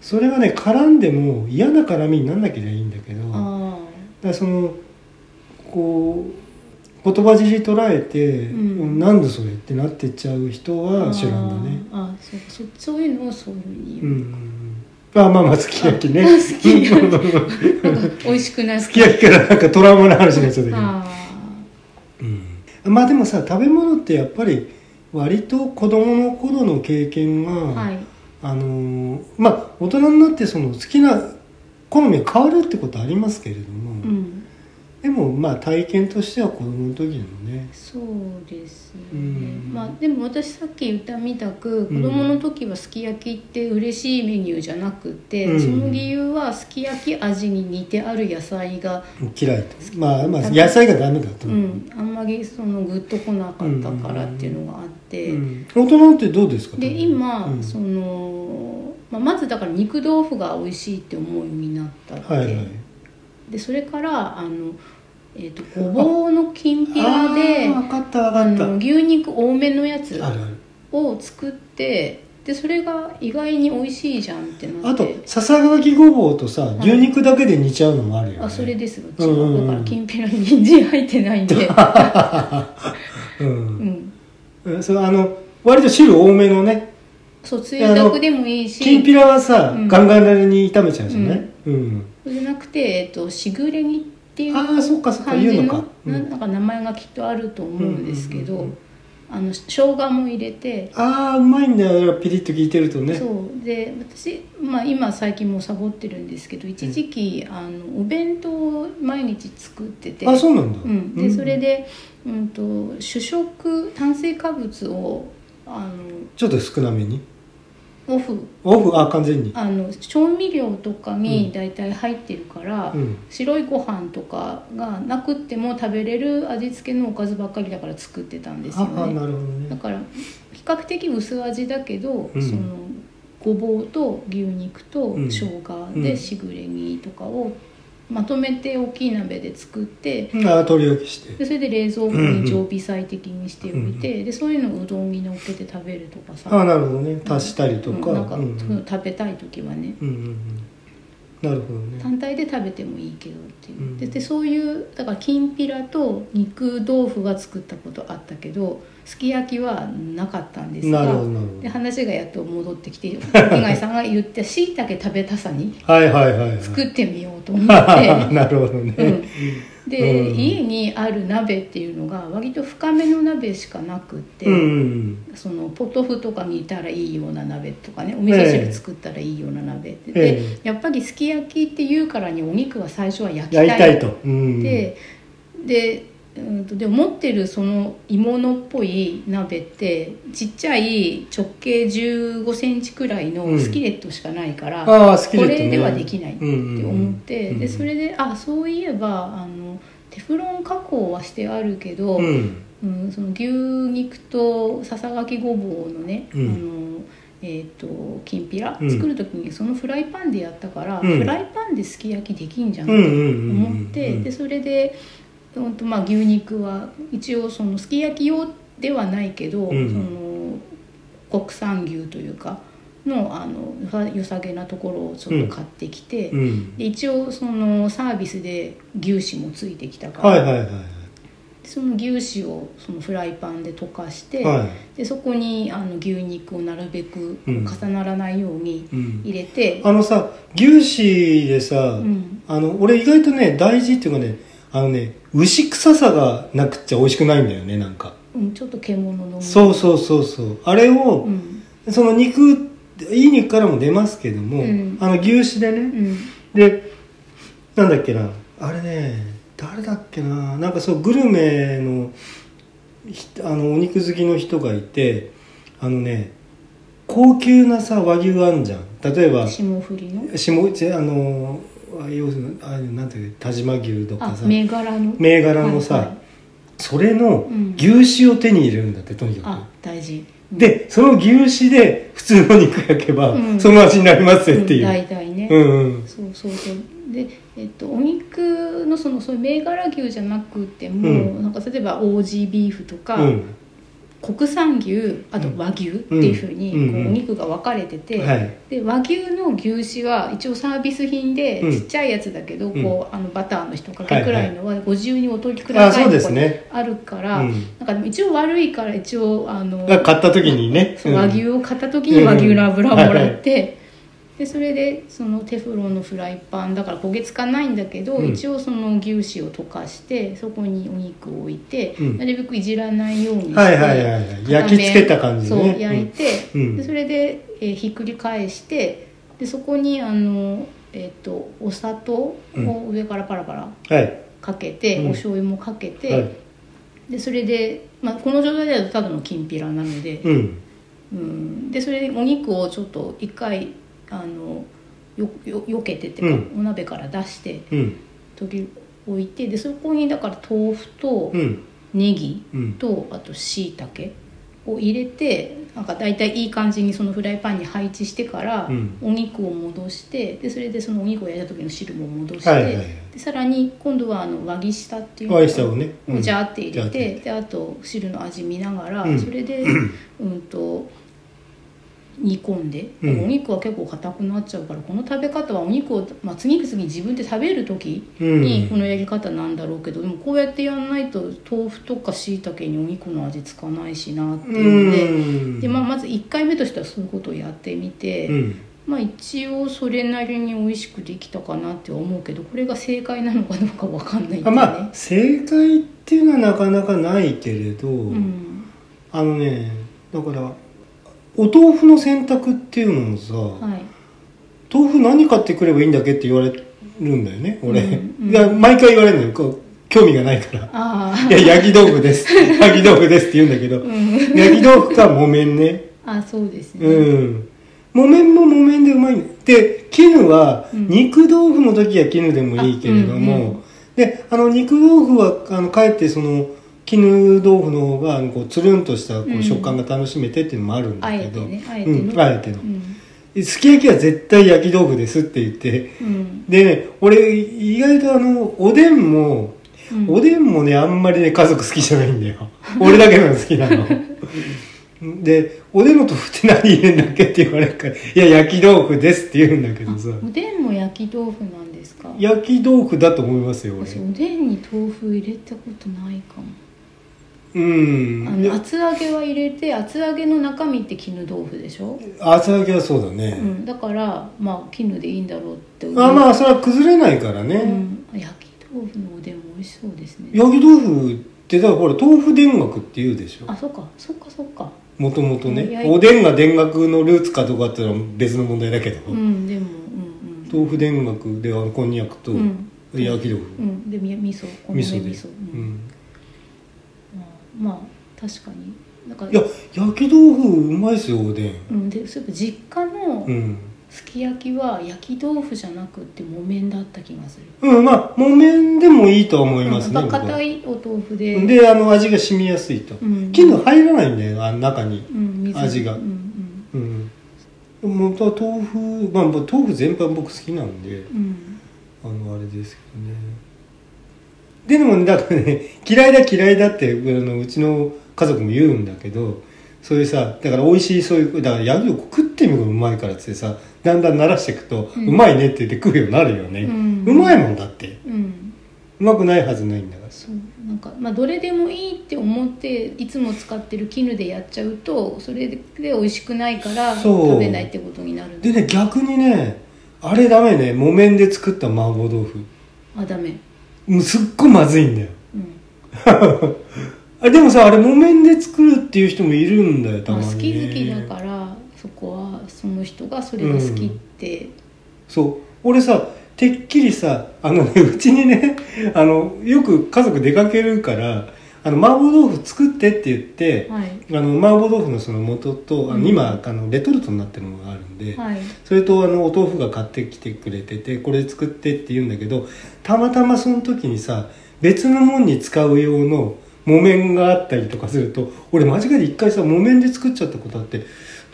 S1: それがね絡んでも嫌な絡みになんなければいいんだけど
S2: あ
S1: だからそのこう言葉尻捉えて、
S2: うん
S1: なんでそれってなってっちゃう人
S2: あ
S1: は知らんだね。
S2: あーあーそうかそそういうのをそういうふうに
S1: う
S2: 言う、
S1: ん、あまあまあすき焼きね
S2: あすき焼なん か美味しくな い
S1: すき焼きからなんかトラウマの話になっちゃったけど
S2: あ
S1: うん、まあでもさ食べ物ってやっぱり割と子供の頃の経験が、
S2: あはい
S1: あのーまあ大人になってその好きな好みが変わるってことありますけれども、
S2: うん
S1: でもまあ体験としては子供の時のね
S2: そうですね、
S1: うん
S2: まあでも私さっき言ったみたく子供の時はすき焼きって嬉しいメニューじゃなくて、
S1: うん
S2: その理由はすき焼き味に似てある野菜が、
S1: 嫌いとまあまあ野菜がダメだと
S2: う
S1: 思う、
S2: ん、あんまりそのグッとこなかったからっていうのがあって、
S1: うん大人ってどうですか
S2: で今、
S1: うん
S2: その、まあ、まずだから肉豆腐が美味しいって思うようになったって、
S1: はいはい
S2: でそれからあの、えー、とごぼうのきんぴらで
S1: あー分かった
S2: あ
S1: 分か
S2: の
S1: っ
S2: 牛肉多めのやつ
S1: たあるある
S2: を作ってでそれが意外に美味しいじゃんってな
S1: あ
S2: って
S1: と笹川きごぼうとさ牛肉だけで煮ちゃうのもあるよね、
S2: あそれですよ
S1: うんうんう
S2: 違
S1: ん
S2: うだからきんぴらに人参入ってない んで、
S1: う、
S2: うんん、
S1: うん、それあの割と汁多めのね
S2: そうつゆだくでもいいし
S1: きんぴらはさ、
S2: うん
S1: ガンガンラレに炒めちゃうじゃない、うん
S2: そうじゃなくて、えっと、しぐれ煮っていう
S1: ああそっかそっか
S2: 感じ
S1: 言うの
S2: の
S1: か、うん
S2: ななんか名前がきっとあると思うんですけ
S1: うんうんう
S2: ど
S1: ん
S2: あの生姜も入れて、
S1: ああうまいんだよピリッと効いてるとね
S2: そうで私、まあ、今最近もうサボってるんですけど一時期、あのお弁当を毎日作ってて
S1: あそうなんだ、
S2: うん、でそれで、うん、と主食炭水化物をあ
S1: ちょっと少なめに
S2: のオフ
S1: オフあ完全に
S2: あの調味料とか
S1: う
S2: に
S1: ん
S2: 大体入ってるから、
S1: うん
S2: 白いご飯とかがなくっても食べれる味付けのおかずばっかりだから作ってたんですよ
S1: ああ
S2: ね
S1: なるほど
S2: だ
S1: ね
S2: から比較的薄味だけど、
S1: うん
S2: そのごぼうと牛肉と
S1: うん
S2: 生姜
S1: う
S2: で
S1: ん
S2: しぐれ煮とかをまとめて大きい鍋で作って
S1: うんああ取り置きして
S2: でそれで冷蔵庫に常備菜的にしておいて、でそういうのをうどんに乗っけて食べるとかさ
S1: ああなるほどね足したりとか,、
S2: うんなんか、
S1: うんうん
S2: そういうの食べたい時はね
S1: うんうんうん、なるほどね
S2: 単体で食べてもいいけどっていう、
S1: うん
S2: ででそういうだからきんぴらと肉豆腐は作ったことあったけどすき焼きはなかったんです
S1: な
S2: が
S1: るほどなるほ
S2: で
S1: ど
S2: 話がやっと戻ってきて井外さんが言ったしいたけ食べたさに
S1: はいはいはい、はい、
S2: 作ってみようと思って
S1: なるほどね、
S2: うんで、
S1: うん
S2: 家にある鍋っていうのが割と深めの鍋しかなくて、
S1: うんうん
S2: そのポトフとか煮たらいいような鍋とかねお味噌汁作ったらいいような鍋って、で
S1: え
S2: やっぱりすき焼きっていうからにお肉は最初は焼きた
S1: 焼
S2: い
S1: きたいと、うん、
S2: ででうんとでも持ってるその鋳物っぽい鍋ってちっちゃい直径1 5センチくらいのスキレットしかないから、
S1: ああ好き
S2: こ
S1: だ
S2: れではできないって思って、
S1: うんうんうん
S2: でそれであそういえばあのテフロン加工はしてあるけど、
S1: うん
S2: うん、その牛肉とささがきごぼうのね、
S1: うん
S2: あのえー、ときんぴら
S1: うん
S2: 作る時にそのフライパンでやったから、
S1: うん
S2: フライパンですき焼きできんじゃん
S1: うんうんう
S2: と
S1: んうん
S2: 思って、でそれで、うんとまあ、牛肉は一応そのすき焼き用ではないけど、
S1: うん
S2: その国産牛というかのあのよさ良さげなところをちょっと買ってきて、
S1: うん
S2: で一応そのサービスで牛脂もついてきたから。
S1: はいはいはいは
S2: その牛脂をそのフライパンで溶かして、
S1: いは
S2: でそこにあの牛肉をなるべく
S1: う
S2: 重
S1: ん
S2: ならないように
S1: い、うん、
S2: 入れて、
S1: あのさ牛脂でさ、
S2: うん
S1: あの俺意外とね大事っていうかねあのね牛臭さがなくっちゃ美味しくないんだよねなんか、
S2: うんちょっと獣の
S1: そうそうそうそうあれを
S2: う、ん
S1: その肉いい肉からも出ますけども、
S2: うん
S1: あの牛脂で
S2: う
S1: ね、
S2: ん
S1: でなんだっけなあれね誰だっけななんかそうグルメのひあのお肉好きの人がいてあのね高級なさ和牛あんじゃん例えば
S2: 霜降りの
S1: 下ちあのあ要するにあなんていうの田島牛とか
S2: あ
S1: さ銘
S2: 銘柄の
S1: 柄のさ、
S2: はいはい
S1: それの
S2: うん
S1: 牛脂を手に入れるんだってとにかく、
S2: あ大事
S1: でその牛脂で普通の肉焼けば、
S2: うん
S1: その味になりますよってい
S2: うん
S1: う
S2: 大体ね、
S1: うんうん
S2: そうそうそうで、えっと、お肉のそのそういう銘柄牛じゃなくても、
S1: うん
S2: なんか例えばオージービーフとか、
S1: うん
S2: 国産牛あと和牛っていうふうに、
S1: うん
S2: こ
S1: うん
S2: うお肉が分かれてて、
S1: はい
S2: で和牛の牛脂は一応サービス品で
S1: うん
S2: ちっちゃいやつだけど、
S1: うん
S2: こうあのバターの一かけくらいのはご自由にお取りくだ
S1: あ
S2: さい
S1: そう
S2: と
S1: で
S2: か
S1: すね
S2: あるから、
S1: うん
S2: なんかでも一応悪いから一応あの
S1: が買った時にね
S2: そう和牛
S1: を
S2: を買った時に和牛の油をもらって、でそれでそのテフロンのフライパンだから焦げつかないんだけど、
S1: うん
S2: 一応その牛脂を溶かしてそこにお肉を置いて、
S1: うん
S2: なるべくいじらないようにして、
S1: はいはいはいはい焼き付けた感じね
S2: そう焼いて、
S1: うんうん
S2: でそれで、えーひっくり返してでそこにあの、えっとお砂糖を上からパラパラ
S1: はい
S2: かけて、
S1: うん
S2: お醤油もかけて、
S1: はい
S2: でそれで、まあ、この状態ではただのきんぴらなので、
S1: うん
S2: うん、でそれでお肉をちょっと一回あのよよよけてっていうか、お鍋から出して
S1: うん
S2: 時置いてでそこにだから豆腐と
S1: うん
S2: ネギ
S1: うん
S2: とあとしいたけを入れてなんか大体いい感じにそのフライパンに配置してから、
S1: うん
S2: お肉を戻してでそれでそのお肉を焼いた時の汁も戻して、
S1: はいはいはい
S2: でさらに今度はあの和ぎ下っていう
S1: 和ぎ下をねうん
S2: ジャーって入れ
S1: ジャーって入
S2: て
S1: れ
S2: であと汁の味見ながら、
S1: うん
S2: そ れでうんと煮込んで、
S1: うん
S2: お肉は結構硬くなっちゃうからこの食べ方はお肉を、まあ、次々自分で食べる時
S1: うん
S2: にこのやり方なんだろうけど、でもこうやってやんないと豆腐とかしいたけにお肉の味つかないしなっていうので,、
S1: うん
S2: でまあ、まず1回目としてはそういうことをやってみて、
S1: うん
S2: まあ一応それなりに美味しくできたかなって思うけどこれが正解なのかどうかわかんないんだ
S1: あ
S2: よね。
S1: まあ正解っていうのはなかなかないけれど、
S2: うん
S1: あのねだからお豆腐の選択っていうのもさ、
S2: はい
S1: 豆腐何買ってくればいいんだっけって言われるんだよね俺、
S2: うんうん
S1: いや毎回言われるのよこう興味がないから
S2: あ
S1: 「いや焼き豆腐です」 「焼き豆腐です」って言うんだけど、
S2: あ、うん、
S1: 焼き豆腐か木綿ね
S2: あそうですね、
S1: うん木綿も木綿でうまいねで絹は
S2: うん
S1: 肉豆腐の時は絹でもいいけれども、
S2: あうんうん
S1: であの肉豆腐はあのかえってその絹豆腐の方があのこうつるんとしたこ
S2: う
S1: うん食感が楽しめてっていうのもあるんだ
S2: あ
S1: け
S2: えて
S1: ど、
S2: ねあえて
S1: うん
S2: の
S1: あえての
S2: う、ん
S1: すき焼きは絶対焼き豆腐ですって言って
S2: うん
S1: でね俺意外とあのおでんも
S2: うん
S1: おでんもねあんまりね家族好きじゃないんだ よ俺だけなの好きなので「おでんの豆腐って何入れんだっけ?」って言われるから「いや焼き豆腐です」って言うんだけどさ
S2: あおでんも焼き豆腐なんですか
S1: 焼き豆腐だと思いますよ俺
S2: 私おでんに豆腐入れたことないかも
S1: うん
S2: あ
S1: で
S2: の厚揚げは入れて厚揚げの中身って絹豆腐でしょ、
S1: 厚揚げはそうだ
S2: う
S1: ね、
S2: ん、だからまあ絹でいいんだろうって
S1: あま
S2: あ
S1: あそれは崩れないからね、
S2: うん、焼き豆腐のおでんも美味味しそうですね
S1: 焼き豆腐ってだからほら豆腐田楽って言うでしょ
S2: あそっかそっかそっか
S1: もともと
S2: うん
S1: ね
S2: 焼い
S1: おでんが田楽のルーツかどうかっていうのは別の問題だけど、
S2: うんでもうん
S1: 豆腐田楽ではこんにゃくと
S2: うんうん
S1: 焼き豆腐、
S2: うんでみ味噌お米
S1: 味噌で
S2: 味噌
S1: う
S2: うん
S1: ん
S2: まあまあ確かになんか
S1: いや焼き豆腐うまいですよおでん
S2: うんでそういえば実家の
S1: うん、
S2: すき焼きは焼き豆腐じゃなくて木綿だった気がする
S1: うん、まあ木綿でもいいとは思いますね、
S2: うん
S1: 僕は
S2: 硬いお豆腐で
S1: であの味が染みやすいと、
S2: うん
S1: 絹入らないんだよあの中に
S2: うん、水
S1: 味が
S2: うんうん
S1: うんもとは豆腐まあ豆腐全般僕好きなんで
S2: うん
S1: あのあれですけどねででもねだからね 嫌いだ嫌いだってあのうちの家族も言うんだけどそういうさだから美味しいそういうだからヤギを食ってみるのがうまいからっつってさだんだん慣らしていくと、う
S2: うん
S1: まいねって言って食うようになるよね、
S2: う
S1: うんまいもんだって
S2: うん
S1: うまくないはずないんだから
S2: そうなんか、まあ、どれでもいいって思っていつも使ってる絹でやっちゃうとそれで美味しくないから
S1: そう
S2: 食べないってことになる
S1: でね逆にねあれダメね木綿で作った麻婆豆腐
S2: あダメ
S1: もうすっごいまずいんだよ
S2: うん
S1: あでもさあれ木綿で作るっていう人もいるんだよた
S2: ま
S1: ま
S2: あ、
S1: に、ね、
S2: 好き好きだからそこはその人がそれが好きって、
S1: そう俺さてっきりさあのね うちにねあのよく家族出かけるからあの麻婆豆腐作ってって言って、
S2: はい
S1: あの麻婆豆腐のその元とあの
S2: うん
S1: 今あのレトルトになってるのがあるんで、
S2: はい
S1: それとあのお豆腐が買ってきてくれててこれ作ってって言うんだけどたまたまその時にさ別のもんに使う用の木綿があったりとかすると俺間違えて一回さ木綿で作っちゃったことあって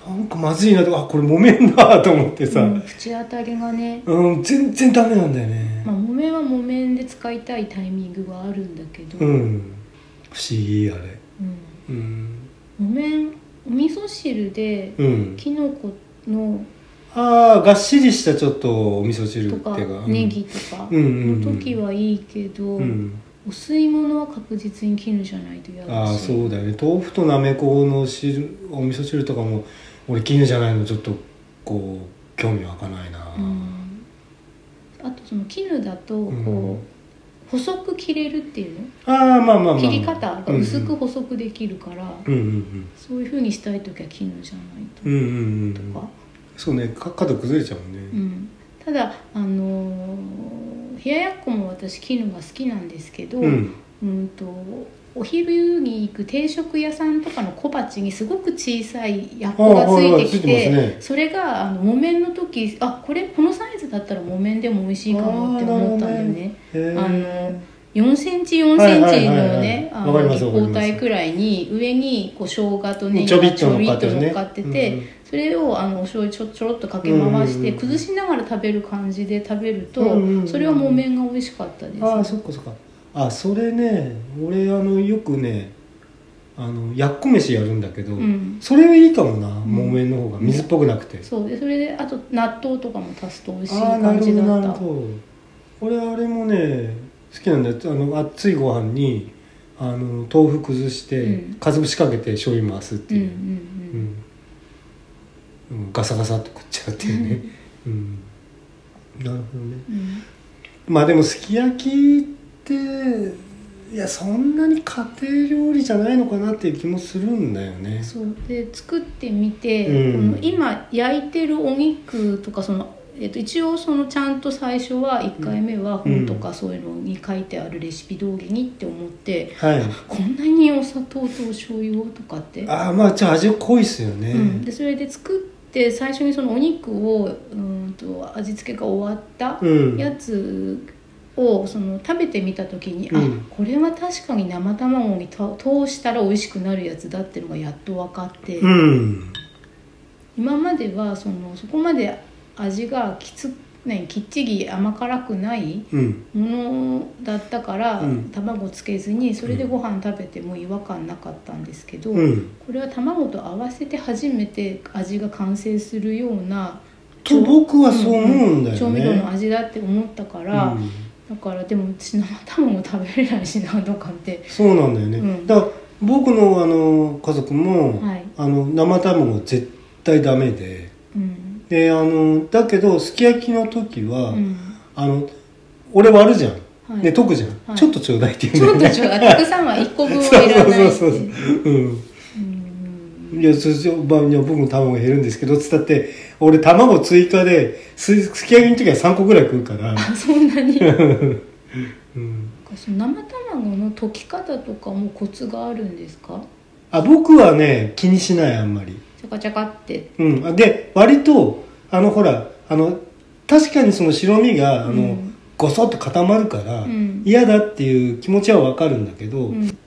S1: なんかまずいなとかあこれ木綿だと思ってさ、う
S2: うん
S1: ん
S2: 口当たりがね、
S1: 全然ダメなんだよね、
S2: まあ、木綿は木綿で使いたいタイミングはあるんだけど、
S1: うん不思議あれ
S2: うん
S1: うん、
S2: 木綿お味噌汁で
S1: うん、
S2: きのこの
S1: ああがっしりしたちょっとお味噌汁
S2: と
S1: って
S2: か
S1: いうか
S2: ネギとか
S1: うんうんうんう
S2: の
S1: ん
S2: 時はいいけど、
S1: うん
S2: お吸い物は確実に絹じゃないと嫌だ
S1: ああ
S2: し
S1: そうだよね豆腐となめこの汁お味噌汁とかも俺絹じゃないのちょっとこう興味湧かないな、
S2: うんあとその絹だとこう、
S1: うん
S2: 細く切れるっていう
S1: ああまあまあまあ、まあ、
S2: の切り方が薄く細くできるから、
S1: うんうん
S2: そういうふうにしたい時は絹じゃないと
S1: うんうんうんうん
S2: か、
S1: そうねか角崩れちゃうもん
S2: う
S1: ね
S2: ん、ただあのー冷ややっこも私絹が好きなんですけど、
S1: うん
S2: うんとお昼に行く定食屋さんとかの小鉢にすごく小さいやっこがつ
S1: あ
S2: いてき
S1: はいはいついて
S2: て
S1: ますね
S2: それがあの木綿の時あこれこのサイズだったら木綿でも美味しいかもって思ったんだよね。
S1: へ
S2: あ
S1: え
S2: の4センチ4
S1: は
S2: セ
S1: い
S2: ン
S1: はい
S2: チ
S1: はいはい
S2: のねあ
S1: わかり
S2: の
S1: ます
S2: 立
S1: わかります
S2: 方体くらいに上にこう生姜とね
S1: ちょびっと乗っ
S2: ち
S1: か
S2: ょ
S1: ってるね
S2: 乗っかってて、
S1: うん
S2: それをあのお醤油ちょちょろっとかけ回し
S1: うんうんう
S2: て
S1: ん
S2: 崩しながら食べる感じで食べると、
S1: うんうんうん
S2: それは木綿が美味しかったです、
S1: ああそっかそっかあそれね俺あのよくねあのやっこ飯やるんだけど、
S2: うん
S1: それはいいかもな、
S2: ん
S1: 木綿の方が水っぽくなくて、
S2: そうでそれであと納豆とかも足すと美味しい
S1: ああな
S2: 感
S1: るほ
S2: じ
S1: ど
S2: だ
S1: なる
S2: った
S1: ほど俺あれもね好きなんだよあの熱いご飯にあの豆腐崩して、
S2: うん
S1: かつぶしかけて醤油回すって
S2: うんう
S1: い
S2: ん
S1: う、うんうんガサガサっと食っちゃうっていうね、うん、なるほどね
S2: うんうん
S1: まあでもすき焼きっていやそんなに家庭料理じゃないのかなっていう気もするんだよね
S2: そうで作ってみて、
S1: うん
S2: この今焼いてるお肉とかその、えっと、一応そのちゃんと最初は1回目は
S1: うん
S2: 本とかそういうのに書いてあるレシピ通りにって思って、
S1: はい
S2: こんなにお砂糖とお醤油をとかって、
S1: ああまあじゃあ味濃いっすよね、
S2: うん、でそれで作って最初にそのお肉をうんと味付けが終わった、
S1: うん
S2: やつをその食べてみた時に、
S1: うん
S2: あこれは確かに生卵にと通したら美味しくなるやつだっていうのがやっと分かって、
S1: うん
S2: 今まではそのそこまで味がきつ、ね、きっちり甘辛くない
S1: うん
S2: ものだったから、
S1: うん
S2: 卵つけずにそれでご飯食べても違和感なかったんですけど、
S1: うん
S2: これは卵と合わせて初めて味が完成するような
S1: と僕はそう思うんだよね、
S2: 調味料の味だって思ったから。
S1: うん
S2: だからでも私生卵食べれないしなとかって
S1: そうなんだよね、
S2: うん
S1: だから僕のあの家族も、
S2: はい
S1: あの生卵絶対ダメで
S2: うん
S1: であのだけどすき焼きの時は、
S2: うん
S1: あの俺割るじゃん
S2: はい
S1: で解くじゃん、
S2: はい
S1: ちょっとちょうだいって
S2: ち
S1: 言う
S2: ょ
S1: ん
S2: っ
S1: だ
S2: と
S1: よね
S2: ちょうだいたくさんは1個分をい
S1: そう
S2: らない
S1: そうそうそううんいやそして、まあ、いや僕も卵減るんですけどつったって俺卵追加ですすき焼きの時は3個ぐらい食うから、
S2: あそんなになんか
S1: うん、
S2: その生卵の溶き方とかもコツがあるんですか
S1: あ僕はね気にしないあんまり
S2: チャカチャカって
S1: うん、あで割とあのほらあの確かにその白身があの、
S2: うん
S1: ごそっと固まるから、
S2: うん
S1: 嫌だっていう気持ちはわかるんだけど、
S2: うん、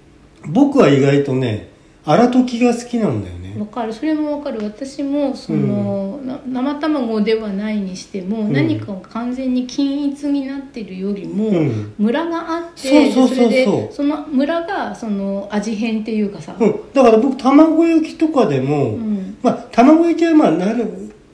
S1: 僕は意外とね荒溶きが好きなんだよね
S2: わかるそれもわかる私もその、な生卵ではないにしても、
S1: ん
S2: 何かが完全に均一になってるよりも、
S1: うん、
S2: ムラがあって
S1: そうそうそうそう
S2: でれでそのムラがその味変っていうかさ、
S1: うん、だから僕卵焼きとかでも、
S2: うん
S1: まあ卵焼きはまあなる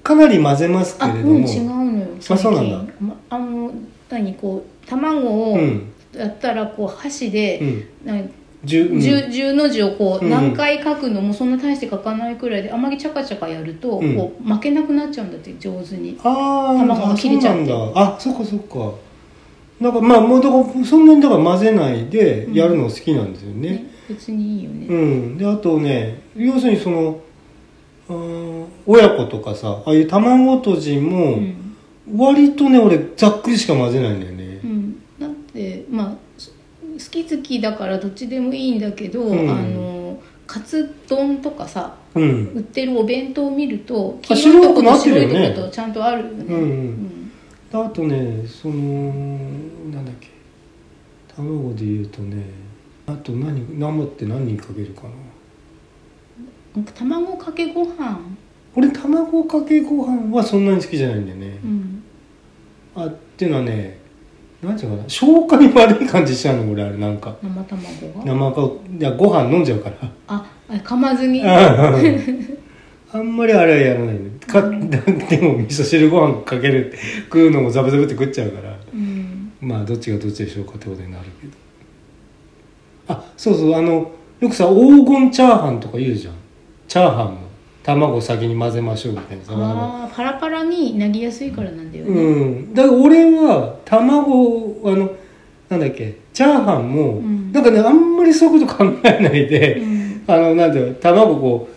S1: かなり混ぜますけ
S2: あう
S1: れど
S2: ん
S1: も
S2: 違うのよ
S1: あそうなんだ
S2: 最近まあの何こう卵を
S1: うん
S2: やったらこう箸で、
S1: うん
S2: 何
S1: 十うん
S2: 十十の字をこう
S1: うん
S2: 何回書くのもそんな大して書かないくらいであまりチャカチャカやると
S1: うん
S2: こう負けなくなっちゃうんだって上手に
S1: ああ
S2: 卵が切れちゃって
S1: そうなんだあそっかそっかだからまあもうだからそんなにだから混ぜないでやるの好きなんですよね、
S2: ね別にいいよね、
S1: うん、であとね要するにそのうーん親子とかさああいう卵とじ
S2: う
S1: も
S2: ん
S1: 割とね俺ざっくりしか混ぜないんだよね
S2: う、ん、だってまあす好き好きだからどっちでもいいんだけど、
S1: うん
S2: あのカツ丼とかさ
S1: うん
S2: 売ってるお弁当を見ると
S1: あ
S2: 黄色いとこ
S1: 白くな
S2: と
S1: ってる
S2: 白
S1: よ
S2: い
S1: ね
S2: とことちゃんとあるよね、
S1: うんであとねそのなんだっけ卵で言うとねあと何生って何人かけるかな
S2: うん卵かけご飯、
S1: 俺卵かけご飯はそんなに好きじゃないんだよね
S2: う、ん、
S1: あっていうのはねなんていうのかな消化に悪い感じしちゃうの俺あれなんか
S2: 生卵が
S1: 生かいやご飯飲んじゃうから
S2: ああ噛まずに
S1: あんまりあれはやらないねかでも味噌汁ご飯かける食うのもザブザブって食っちゃうから
S2: うん
S1: まあどっちがどっちでしょうかってことになるけどあそうそうあのよくさ黄金チャーハンとか言うじゃんチャーハンも卵先に混ぜましょうみたいなさ
S2: あーパラパラになりやすいからなんだよね、
S1: うんだから俺は卵あのなんだっけチャーハンも、
S2: うん
S1: なんかねあんまりそういうこと考えないで、
S2: うん
S1: あのなんていうの卵こ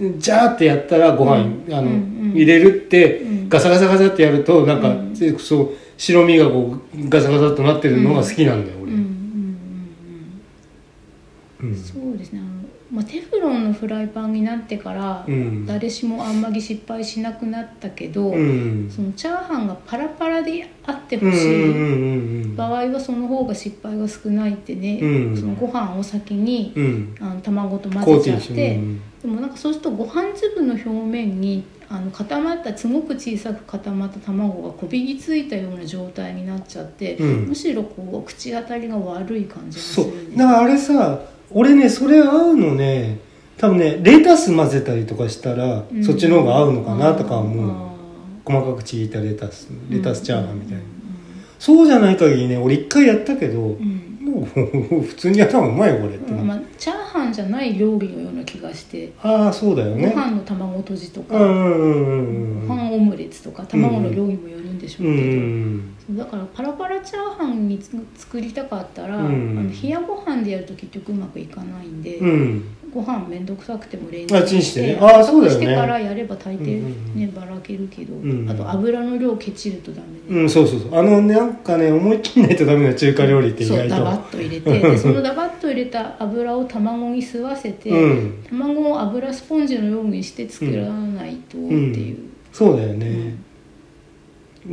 S1: うジャーってやったらご飯、
S2: うん
S1: あの
S2: うんうん
S1: 入れるって、
S2: うん
S1: ガサガサガサってやるとなんか、
S2: うん
S1: でそう白身がこうガサガサっとなってるのが好きなんだよ、
S2: うんうん
S1: 俺、
S2: うんうん
S1: うん
S2: そうですねあの、まあ、テフロンのフライパンになってから、
S1: うん
S2: 誰しもあんまり失敗しなくなったけど、
S1: うん
S2: そのチャーハンがパラパラであって
S1: うんう
S2: ほ
S1: んうん
S2: しい
S1: うん
S2: 場合はその方が失敗が少ないってね、
S1: うん
S2: そのご飯を先に、
S1: うん
S2: あの卵と
S1: コ
S2: 混
S1: ー
S2: ぜ
S1: テ
S2: ち
S1: ィ
S2: ゃ
S1: ン
S2: っ、
S1: してて
S2: でもなんかそうするとご飯粒の表面にあの固まったすごく小さく固まった卵がこびりついたような状態になっちゃって、
S1: うん
S2: むしろこう口当たりが悪い感じがす
S1: そ
S2: る
S1: うん
S2: です
S1: だからあれさ俺ねそれ合うのね多分ねレタス混ぜたりとかしたら、
S2: うん
S1: そっちの方が合うのかなとか思うの
S2: あー
S1: 細かくちぎったレタスレタスチャーハンみたいな、
S2: う
S1: そうじゃない限りね俺一回やったけど、
S2: んうん
S1: もう普通にやった方がうまいよこれって
S2: う
S1: な、
S2: んまあ、チャーハンじゃない料理のような気がして、
S1: ああそうだよ
S2: ご
S1: ね
S2: 飯の卵とじと
S1: う
S2: か、
S1: んうんうん
S2: ご飯オムレツとか卵の量にもよるんでしょ
S1: う
S2: うけど、
S1: ん
S2: そうだからパラパラチャーハンにつ作りたかったら、
S1: うん
S2: あの冷やご飯でやると結局うまくいかないんで、
S1: うんうん
S2: ご飯面倒くさくてもレン
S1: あチンしてねあーそうだよね
S2: 温かくしてからやれば大抵ね、
S1: うんうんう
S2: ばらけるけど、
S1: ん
S2: あと油の量ケチるとダメで、
S1: うんそうそうそうあのねなんかね思い切んないとダメな中華料理って意
S2: そう
S1: 外
S2: ダバ
S1: と
S2: ッと入 れてでそのダバッと入れた油を卵に吸わせて、
S1: うん
S2: 卵を油スポンジのようにして作らないとっていう、
S1: そうだよね、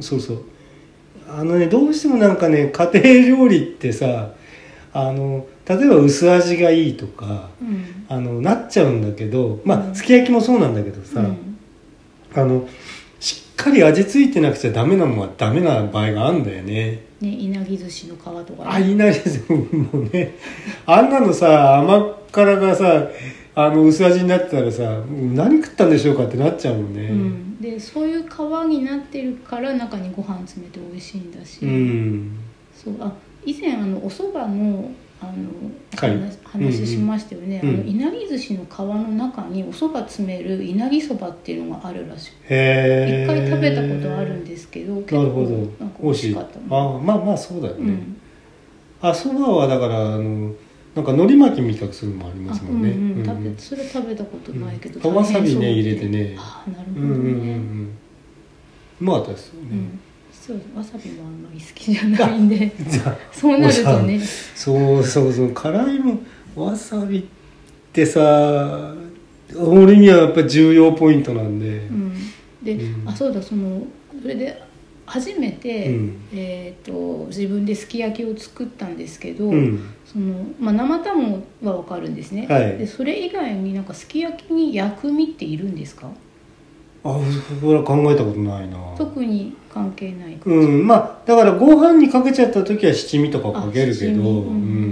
S1: そうそうあのねどうしてもなんかね家庭料理ってさあの例えば薄味がいいとか
S2: うんうん
S1: あのなっちゃうんだけど
S2: う
S1: まあ
S2: ん
S1: すき焼きもそうなんだけどさ、あのしっかり味付いてなくちゃダメなもんはダメな場合があるんだよね
S2: ねいなぎ寿司の皮と
S1: あ
S2: か、ね、
S1: いなりずもねあんなのさ甘辛がさあの薄味になってたらさ何食ったんでしょうかってなっちゃうもんね
S2: うん、でそういう皮になってるから中にご飯詰めて美味しいんだし、
S1: うん
S2: そうあ以前あのお蕎麦のあの
S1: はい
S2: 話話しましたよね、
S1: うん
S2: あのいなぎ寿司の皮の中にお蕎麦詰めるいなぎそばっていうのがあるらしく
S1: へえ
S2: 一回食べたことあるんですけど、結
S1: な
S2: 構
S1: るほど
S2: なんか
S1: 美味
S2: 美味
S1: し
S2: し
S1: い
S2: か
S1: あ
S2: ったの
S1: まあまあそうだよ
S2: う
S1: ね、
S2: ん、
S1: あそばはだからあのなんか海苔巻きみたくするのもあり
S2: あ
S1: ます
S2: う
S1: も
S2: ん
S1: んね
S2: うん
S1: うんうん
S2: 食べそれ食べたことないけど、
S1: うんあわさびね
S2: 大変そう
S1: 入れてね
S2: あなる
S1: う
S2: ほ
S1: ん
S2: ど
S1: うんう
S2: ね、
S1: んうんうまかったですよ
S2: う
S1: ね、
S2: ん実はわさびもあんまり好きじゃないんで
S1: じゃあ
S2: そうなるとね
S1: そうそうそう辛いもんわさびってさ俺にはやっぱ重要ポイントなんで、
S2: うんで、
S1: うん
S2: あそうだそのそれで初めて、
S1: うん
S2: えー、と自分ですき焼きを作ったんですけど、
S1: うん
S2: そのまあ、生卵はわかるんですね、
S1: はい
S2: でそれ以外になんかすき焼きに薬味っているんですか
S1: あそれは考えたことないな
S2: 特に関係ないか
S1: うんまあだからご飯にかけちゃった時は七味とかかけるけ
S2: あ七
S1: ど
S2: 味
S1: う、
S2: うんん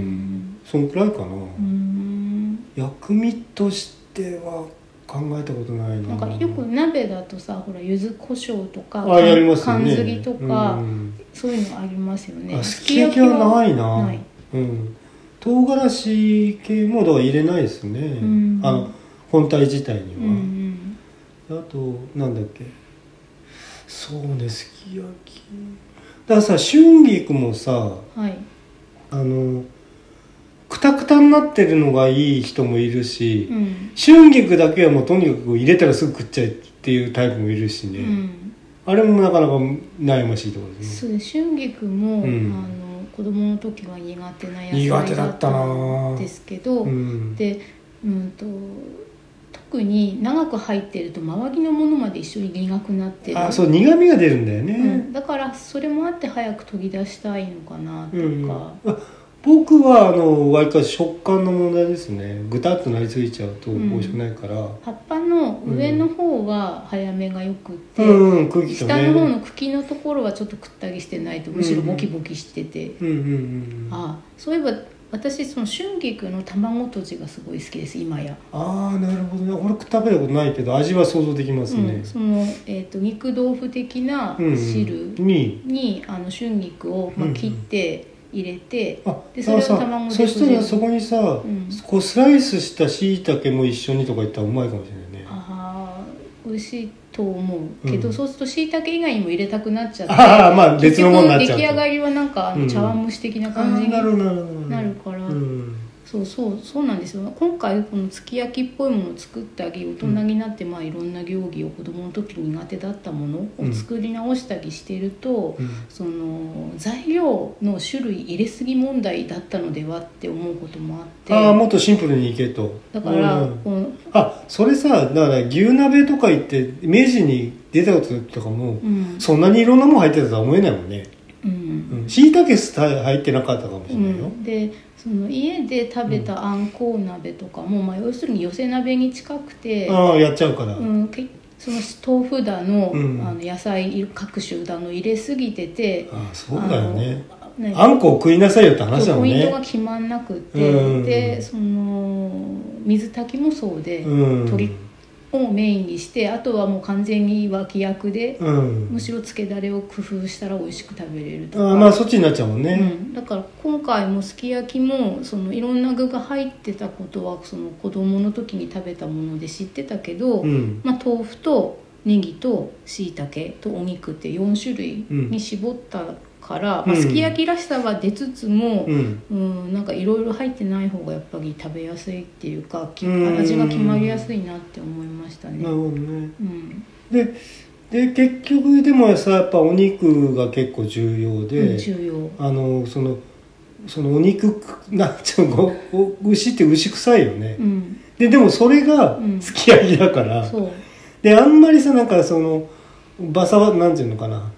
S1: そんくらいかな、
S2: うーん
S1: 薬味としては考えたことないな
S2: な
S1: ん
S2: かよく鍋だとさほら柚子胡椒とか
S1: あやりますよ
S2: かん
S1: ね
S2: ずりとか、
S1: うん
S2: そういうのありますよね
S1: あすき焼きはないな
S2: ない
S1: うん、唐辛子系もだから入れないですね、
S2: ん
S1: あの本体自体に
S2: う
S1: は、
S2: んうん
S1: あとなんだっけそうねすき焼きだからさ春菊もさ
S2: はい
S1: あのくたくたになってるのがいい人もいるし、
S2: うん
S1: 春菊だけはもうとにかく入れたらすぐ食っちゃえっていうタイプもいるし
S2: う
S1: ね、
S2: ん
S1: あれもなかなか悩ましいところですね
S2: そうです春菊も、
S1: うん
S2: あの子供の時は苦手な
S1: 苦
S2: 野
S1: 手だ
S2: 菜だ
S1: っ
S2: った
S1: な
S2: たんですけど、
S1: うん
S2: で、うん、と特に長く入ってると周りのものまで一緒に苦くなってる
S1: あそう苦味が出るんだよね、
S2: うん、だからそれもあって早く研ぎ出したいのかなと
S1: うん
S2: か、
S1: あ僕はあの割かし食感の問題ですねぐたっとなりすぎちゃうと
S2: うん
S1: 美味しくないから、うん
S2: 葉っぱの上の方は早めがよくって、
S1: うん、空気とね
S2: 下の方の茎のところはちょっとくったりしてないとむしろボキボキしてて、
S1: うんうんうんうんあ
S2: あそういえば私その春菊の卵とじがすごい好きです今や、
S1: あーなるほどね俺食べたことないけど味は想像できます
S2: う
S1: ね
S2: ん、その、えー、と肉豆腐的な
S1: うん、
S2: 汁
S1: に
S2: に、あの春菊を、ま
S1: うんうん
S2: あ、切って入れて、
S1: あ
S2: でそれを
S1: だからさ
S2: 卵で
S1: そしたらそこにさ、
S2: ん
S1: こうスライスしたしいたけも一緒にとか言ったらうまいかもしれないね
S2: あー美味しいと思うけど、
S1: うん
S2: そうするとしいたけ以外にも入れたくなっちゃって
S1: ああまあ別
S2: 結
S1: のも
S2: 局
S1: のになっちゃ
S2: 出
S1: う
S2: 来上が
S1: と
S2: りはなんかあ
S1: う
S2: の
S1: ん
S2: 茶碗蒸し的な
S1: あ
S2: 感じ
S1: ー
S2: に
S1: なるほどなるほど
S2: なるから、
S1: うん
S2: そうそうそうなんですよ今回このすき焼きっぽいものを作ってあげ大人になって、まあいろんな行儀を子供の時苦手だったものを作り直したりしてると、
S1: うん
S2: その材料の種類入れすぎ問題だったのではって思うこともあって
S1: ああもっとシンプルにいけと
S2: だから、
S1: うん
S2: この
S1: あそれさだから牛鍋とか行って明治に出たこととかも、
S2: うん
S1: そんなにいろんなもん入ってたとは思えないもんね
S2: うん
S1: しいたけ入ってなかったかもし
S2: う
S1: れないよ、
S2: ん、でその家で食べたあんこう鍋とかも、まあ、要するに寄せ鍋に近くて、
S1: ああやっちゃうから、
S2: うん、けその豆腐だの,、
S1: うん
S2: あの野菜各種だの入れすぎてて
S1: ああそうだよね
S2: あのね
S1: あんこを食いなさいよって話だも
S2: ポ
S1: ん
S2: イント
S1: ね
S2: が決まんなくって、
S1: うん
S2: でその水炊きもそうで、
S1: うん
S2: 鶏をメインにしてあとはもう完全に脇役で、
S1: うん
S2: むしろつけだれを工夫したら美味しく食べれると
S1: あ
S2: か。
S1: あまあそっちになっちゃうもん
S2: う
S1: ね、
S2: ん、だから今回もすき焼きもそのいろんな具が入ってたことはその子供の時に食べたもので知ってたけど、
S1: うん
S2: まあ、豆腐とネギとしいたけとお肉って4種類に絞ったから、
S1: うんう
S2: まあ、
S1: ん
S2: すき焼きらしさは出つつも、
S1: う
S2: うん
S1: ん
S2: なんかいろいろ入ってない方がやっぱり食べやすいっていうかき
S1: うん
S2: 味が決まりやすいなって思いました
S1: なる
S2: ね。
S1: ほどね
S2: うん
S1: でで結局でもさやっぱお肉が結構重要で、
S2: うん重要
S1: あのそのそのお肉 なんちゃうのお牛って牛臭いよね、
S2: うん、
S1: ででもそれが
S2: うん
S1: すき焼きだから、
S2: そう
S1: であんまりさなんかそのバサバなんていうのかな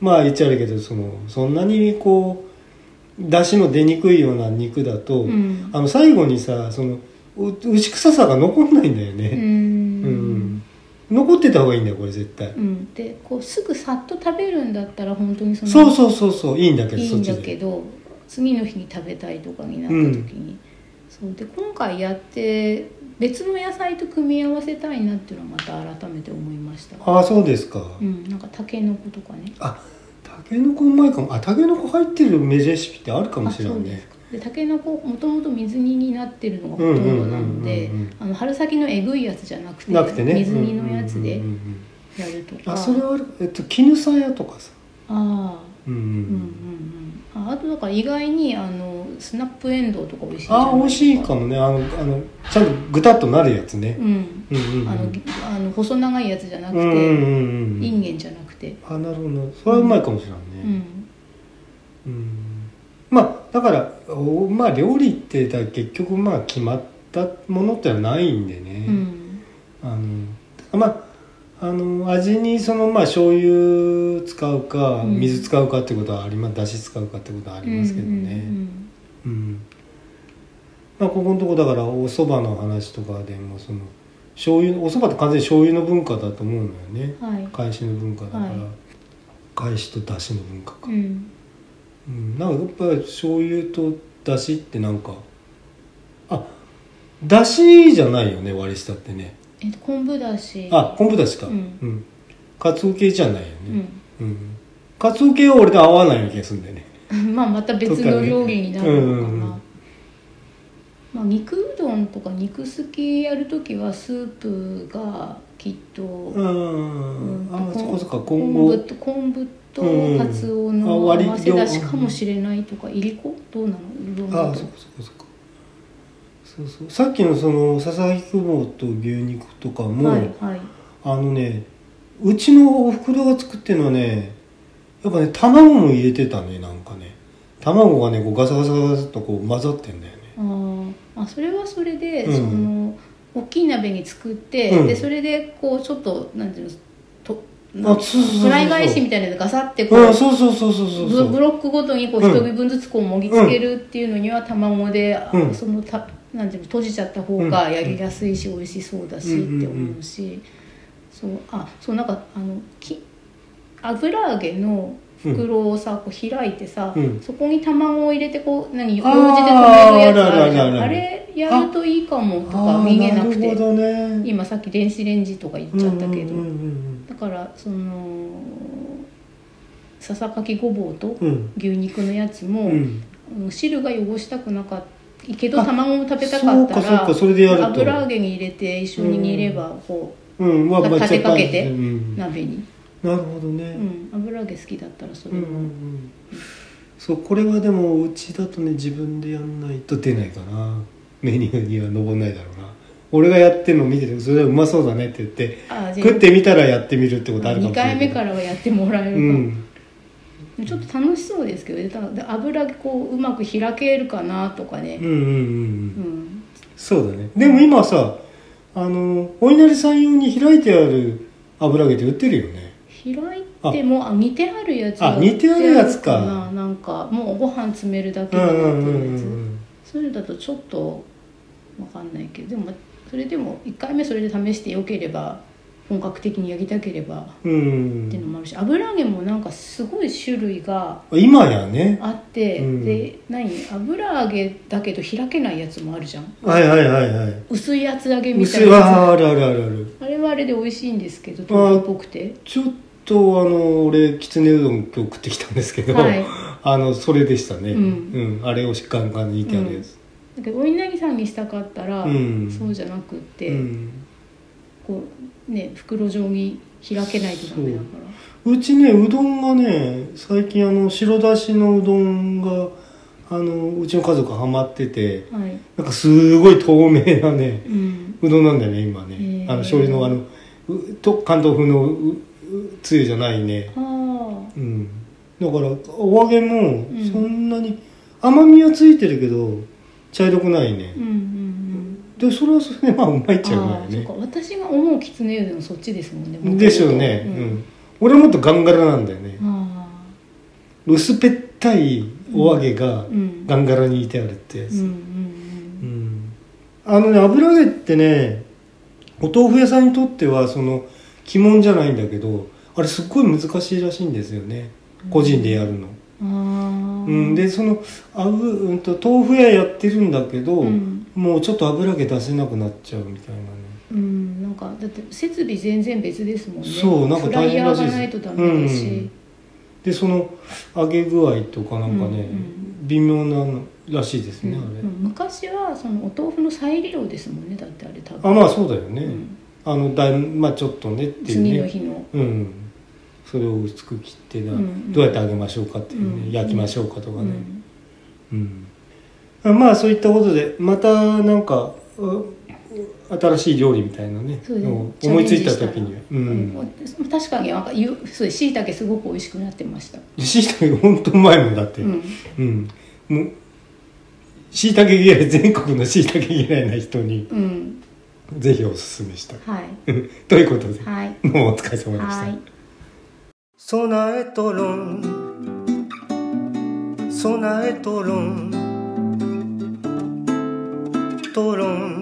S1: まあ言っちゃうけどそのそんなにこう出汁の出にくいような肉だと、
S2: うん
S1: あの最後にさそのう牛臭さが残んないんだよ
S2: う
S1: ね、
S2: ん
S1: うん残ってた方がいいんだよこれ絶対、
S2: うん、でこうすぐさっと食べるんだったら本当にその
S1: そうそうそうそういいんだけど
S2: いい
S1: そっ
S2: ん
S1: ち
S2: だ
S1: で
S2: けど次の日に食べたいとかになった時に、そうで今回やって別の野菜と組み合わせたいなっていうのはまた改めて思いました
S1: ああそうですか、
S2: うんなんかたけのことかね
S1: あたけのこうまいかもあたけのこ入ってるメレシピってあるかも
S2: あ
S1: しれな
S2: そ
S1: いう
S2: です
S1: ね
S2: かでたけのこもともと水煮になってるのがほとんどなので
S1: うんうんうんうんうん
S2: あの春先のえぐいやつじゃなくて
S1: なくてね
S2: 水煮のやつ
S1: う
S2: で
S1: んうんうんうん
S2: やるとか、
S1: あそれはあるえっと絹さやとかさ
S2: ああ
S1: うん
S2: うんうんうんああとだから意外にあのスナップエンドウとか美味しいじゃない
S1: ああ美味しいかもねあのあのちゃんとぐたっとなるやつね
S2: う、ん
S1: うん、うんう
S2: あ
S1: ん
S2: のあの細長いやつじゃなく
S1: う
S2: て、
S1: んうんうんうん
S2: インゲンじゃなくて
S1: あなるほどそれはうまいかもしれな
S2: う
S1: いね、
S2: ん
S1: うんまあだからおまあ料理ってだ結局まあ決まったものってのはないんでね、
S2: うん
S1: あのまああの味にそのまあ醤油使うか
S2: うん
S1: 水使うかってことはありますだし使うかってことはあ
S2: あ
S1: りますけど
S2: うん
S1: ねうんまあここのとこだからお蕎麦の話とかでもその醤油お蕎麦って完全に醤油の文化だと思うのよね
S2: うんうんはい
S1: 返しの文化だから、
S2: はい
S1: 返しと出汁の文化か、
S2: うん
S1: うん、なんかやっぱり醤油と出汁ってなんかあ出汁じゃないよね割り下ってね
S2: えっと昆布だし
S1: あ昆布だしか
S2: う
S1: うんんかつお系じゃないよ
S2: う
S1: ね
S2: ん
S1: うんかつお系は俺と合わないような気がするんだよね
S2: まあまた別の料理になるのか
S1: うんうんう
S2: な、
S1: ん
S2: まあ、肉うどんとか肉すきやる時はスープがきっと、
S1: う
S2: うん
S1: んあそこそっか
S2: 昆
S1: 今後
S2: 布と昆布
S1: う
S2: と
S1: ん
S2: カツオ
S1: あ
S2: の合
S1: 割り
S2: わせだしかもしれないとかいりこどうなのうどん
S1: あ
S2: だと
S1: そこそこそこそうそうさっきのその佐々木久保と牛肉とかも、
S2: はいはい
S1: あのねうちのおふくろが作ってるのはねやっぱね卵も入れてたねなんかね卵がねこうガサガサガサっとこう混ざってんだよね
S2: あーあそれはそれで、
S1: うん
S2: その大きい鍋に作って、
S1: うん
S2: でそれでこうちょっとなんていうのと
S1: あそうそうそうそう
S2: フライ返しみたいなのでガサってこう、
S1: うんそうそうそうそうそうそ
S2: ブブ
S1: う
S2: ロックごとにこう
S1: うん
S2: 一人分ずつこうもぎつけるっていうのには卵で、あ
S1: うん
S2: そのたなんていうの閉じちゃった方がやりやすいし、美味しそうだしって思うし、そうあそうなんかあのき油揚げの袋をさこう開いてさ、
S1: うん
S2: そこに卵を入れてこう何用
S1: あー
S2: 事で止めるやつあるじゃ
S1: あるあるあ
S2: ん
S1: る
S2: あ
S1: ある
S2: れやるといいかもと
S1: あ
S2: か
S1: ー
S2: 見えなく
S1: な
S2: て
S1: るほどね
S2: 今さっき電子レンジとか言っちゃったけど。
S1: うんうん
S2: だからそのささかきごぼうと
S1: うんうん
S2: 牛肉のやつも、
S1: うんうん
S2: うん汁が汚したくなかったけど
S1: あ
S2: 卵も食べたかった
S1: そうかそう
S2: ら
S1: かそれでやると
S2: 油揚げに入れて一緒に煮ればこ
S1: うんまあまあ
S2: 立てかけて
S1: 若干うん
S2: う
S1: な
S2: 鍋に、
S1: るほど
S2: う
S1: ね
S2: ん、油揚げ好きだったらそ
S1: うん
S2: れ
S1: う
S2: は
S1: んうんそうこれはでもうちだとね自分でやんないと出ないかなメニューには上んないだろうな俺がやってるの見ててそれはうまそうだねって言って
S2: あじゃ
S1: 食ってみたらやってみるってことあるかも
S2: 2
S1: しれな
S2: 回
S1: い
S2: 目からはやってもらえる
S1: う
S2: かも、
S1: ん
S2: ちょっと楽しそうですけどねただ油揚げこううまく開けるかなとか
S1: うん
S2: ね、
S1: うんうん
S2: う
S1: うん
S2: ん
S1: そうだねでも今さあのお稲荷さん用に開いてある油揚げって売ってるよね
S2: 開いてもあ似てあるやつ
S1: あ似てあるやつか
S2: 似てあるななんかもうご飯詰めるだけ
S1: うん
S2: だなって
S1: うんう
S2: い
S1: ん
S2: う
S1: う
S2: やつ、
S1: ん
S2: そういうのだとちょっとわかんないけどでもそれでも1回目それで試してよければ本格的にやりたければ
S1: うんうん
S2: っていうのもあるし油揚げもなんかすごい種類が
S1: 今やね
S2: あって、
S1: うん
S2: で何油揚げだけど開けないやつもあるじゃん
S1: はいはいはいはい
S2: 薄い厚揚げみた
S1: 薄
S2: い
S1: い
S2: なやつ
S1: ああるあるあるある
S2: あれはあれで美味しいんですけど豆腐っぽくて
S1: ちょっとあの俺きつねうどん今日食ってきたんですけど、
S2: はい
S1: あのそれでしたね、う
S2: う
S1: んんあれをしっかり感にいてあるやつ、
S2: だけどお稲荷さんにしたかったら、
S1: うん
S2: そうじゃなくって、
S1: うん
S2: こうね袋状に開けないとダメだから
S1: うちねうどんがね最近あの白だしのうどんがあのうちの家族ハマってて
S2: はい、
S1: なんかすごい透明なね
S2: うん、
S1: うどんなんだよね今
S2: へ
S1: ね
S2: ー
S1: あの醤油のあのうと関東風のううつゆじゃないね
S2: あ
S1: うんだからお揚げも
S2: うん
S1: そんなに甘みはついてるけど茶色くないね
S2: あ、うんうん
S1: でそれはそれでまあうまいっ
S2: うん。
S1: ちゃうま
S2: あ
S1: い
S2: あ、そ
S1: よ
S2: っか
S1: ね。
S2: 私が思うきつねうどんそっちですもんね。
S1: でしょうね、
S2: う
S1: うんん俺はもっとガンガラなんだよね
S2: あ
S1: 薄ぺったいお揚げが
S2: あ、うん。
S1: ガンガラにいてあるってや
S2: うんう
S1: つ、うんあのね油揚げってねお豆腐屋さんにとってはその鬼門じゃないんだけどあれすっごい難しいらしいんですよね個人でやるの、
S2: うん。ああ。
S1: うん、でそのあう、うん、と豆腐屋やってるんだけど、
S2: うん
S1: もうちょっと油揚げ出せなくなっちゃうみたいなね
S2: うん、なんかだって設備全然別ですもんね。
S1: そうなんか
S2: フライ
S1: 大変
S2: ヤ
S1: ら
S2: ー
S1: しい
S2: が
S1: です
S2: ないとダメだし。
S1: でその揚げ具合とかなんかね、
S2: うんうん
S1: 微妙なのらしいです
S2: うん
S1: ね、あれ、
S2: 昔はそのお豆腐の再利用ですもんね。だってあれ多分。
S1: あまあそうだよね、
S2: うん
S1: あのだいまあちょっとねっていうね
S2: 次の日の。
S1: うん、それを薄く切ってな、
S2: うんうん
S1: どうやって揚げましょうかっていうね、
S2: うん
S1: 焼きましょうかとか
S2: う
S1: ね、
S2: ん
S1: うんまあそういったことでまたなんかう新しい料理みたいなね
S2: そうです
S1: のを思いついた時にはう
S2: も
S1: ん
S2: う確かになんかゆそうです椎茸すごく美味しくなってました、
S1: しいたけ本当うまいもんだって
S2: うん、
S1: うん、もうしいたけ嫌い全国のしいたけ嫌いな人に
S2: うん、
S1: ぜひおすすめしたい
S2: はい
S1: ということで、
S2: はい
S1: もうお疲れ様でした。
S2: はい
S1: 備えとろん備えとろんとろん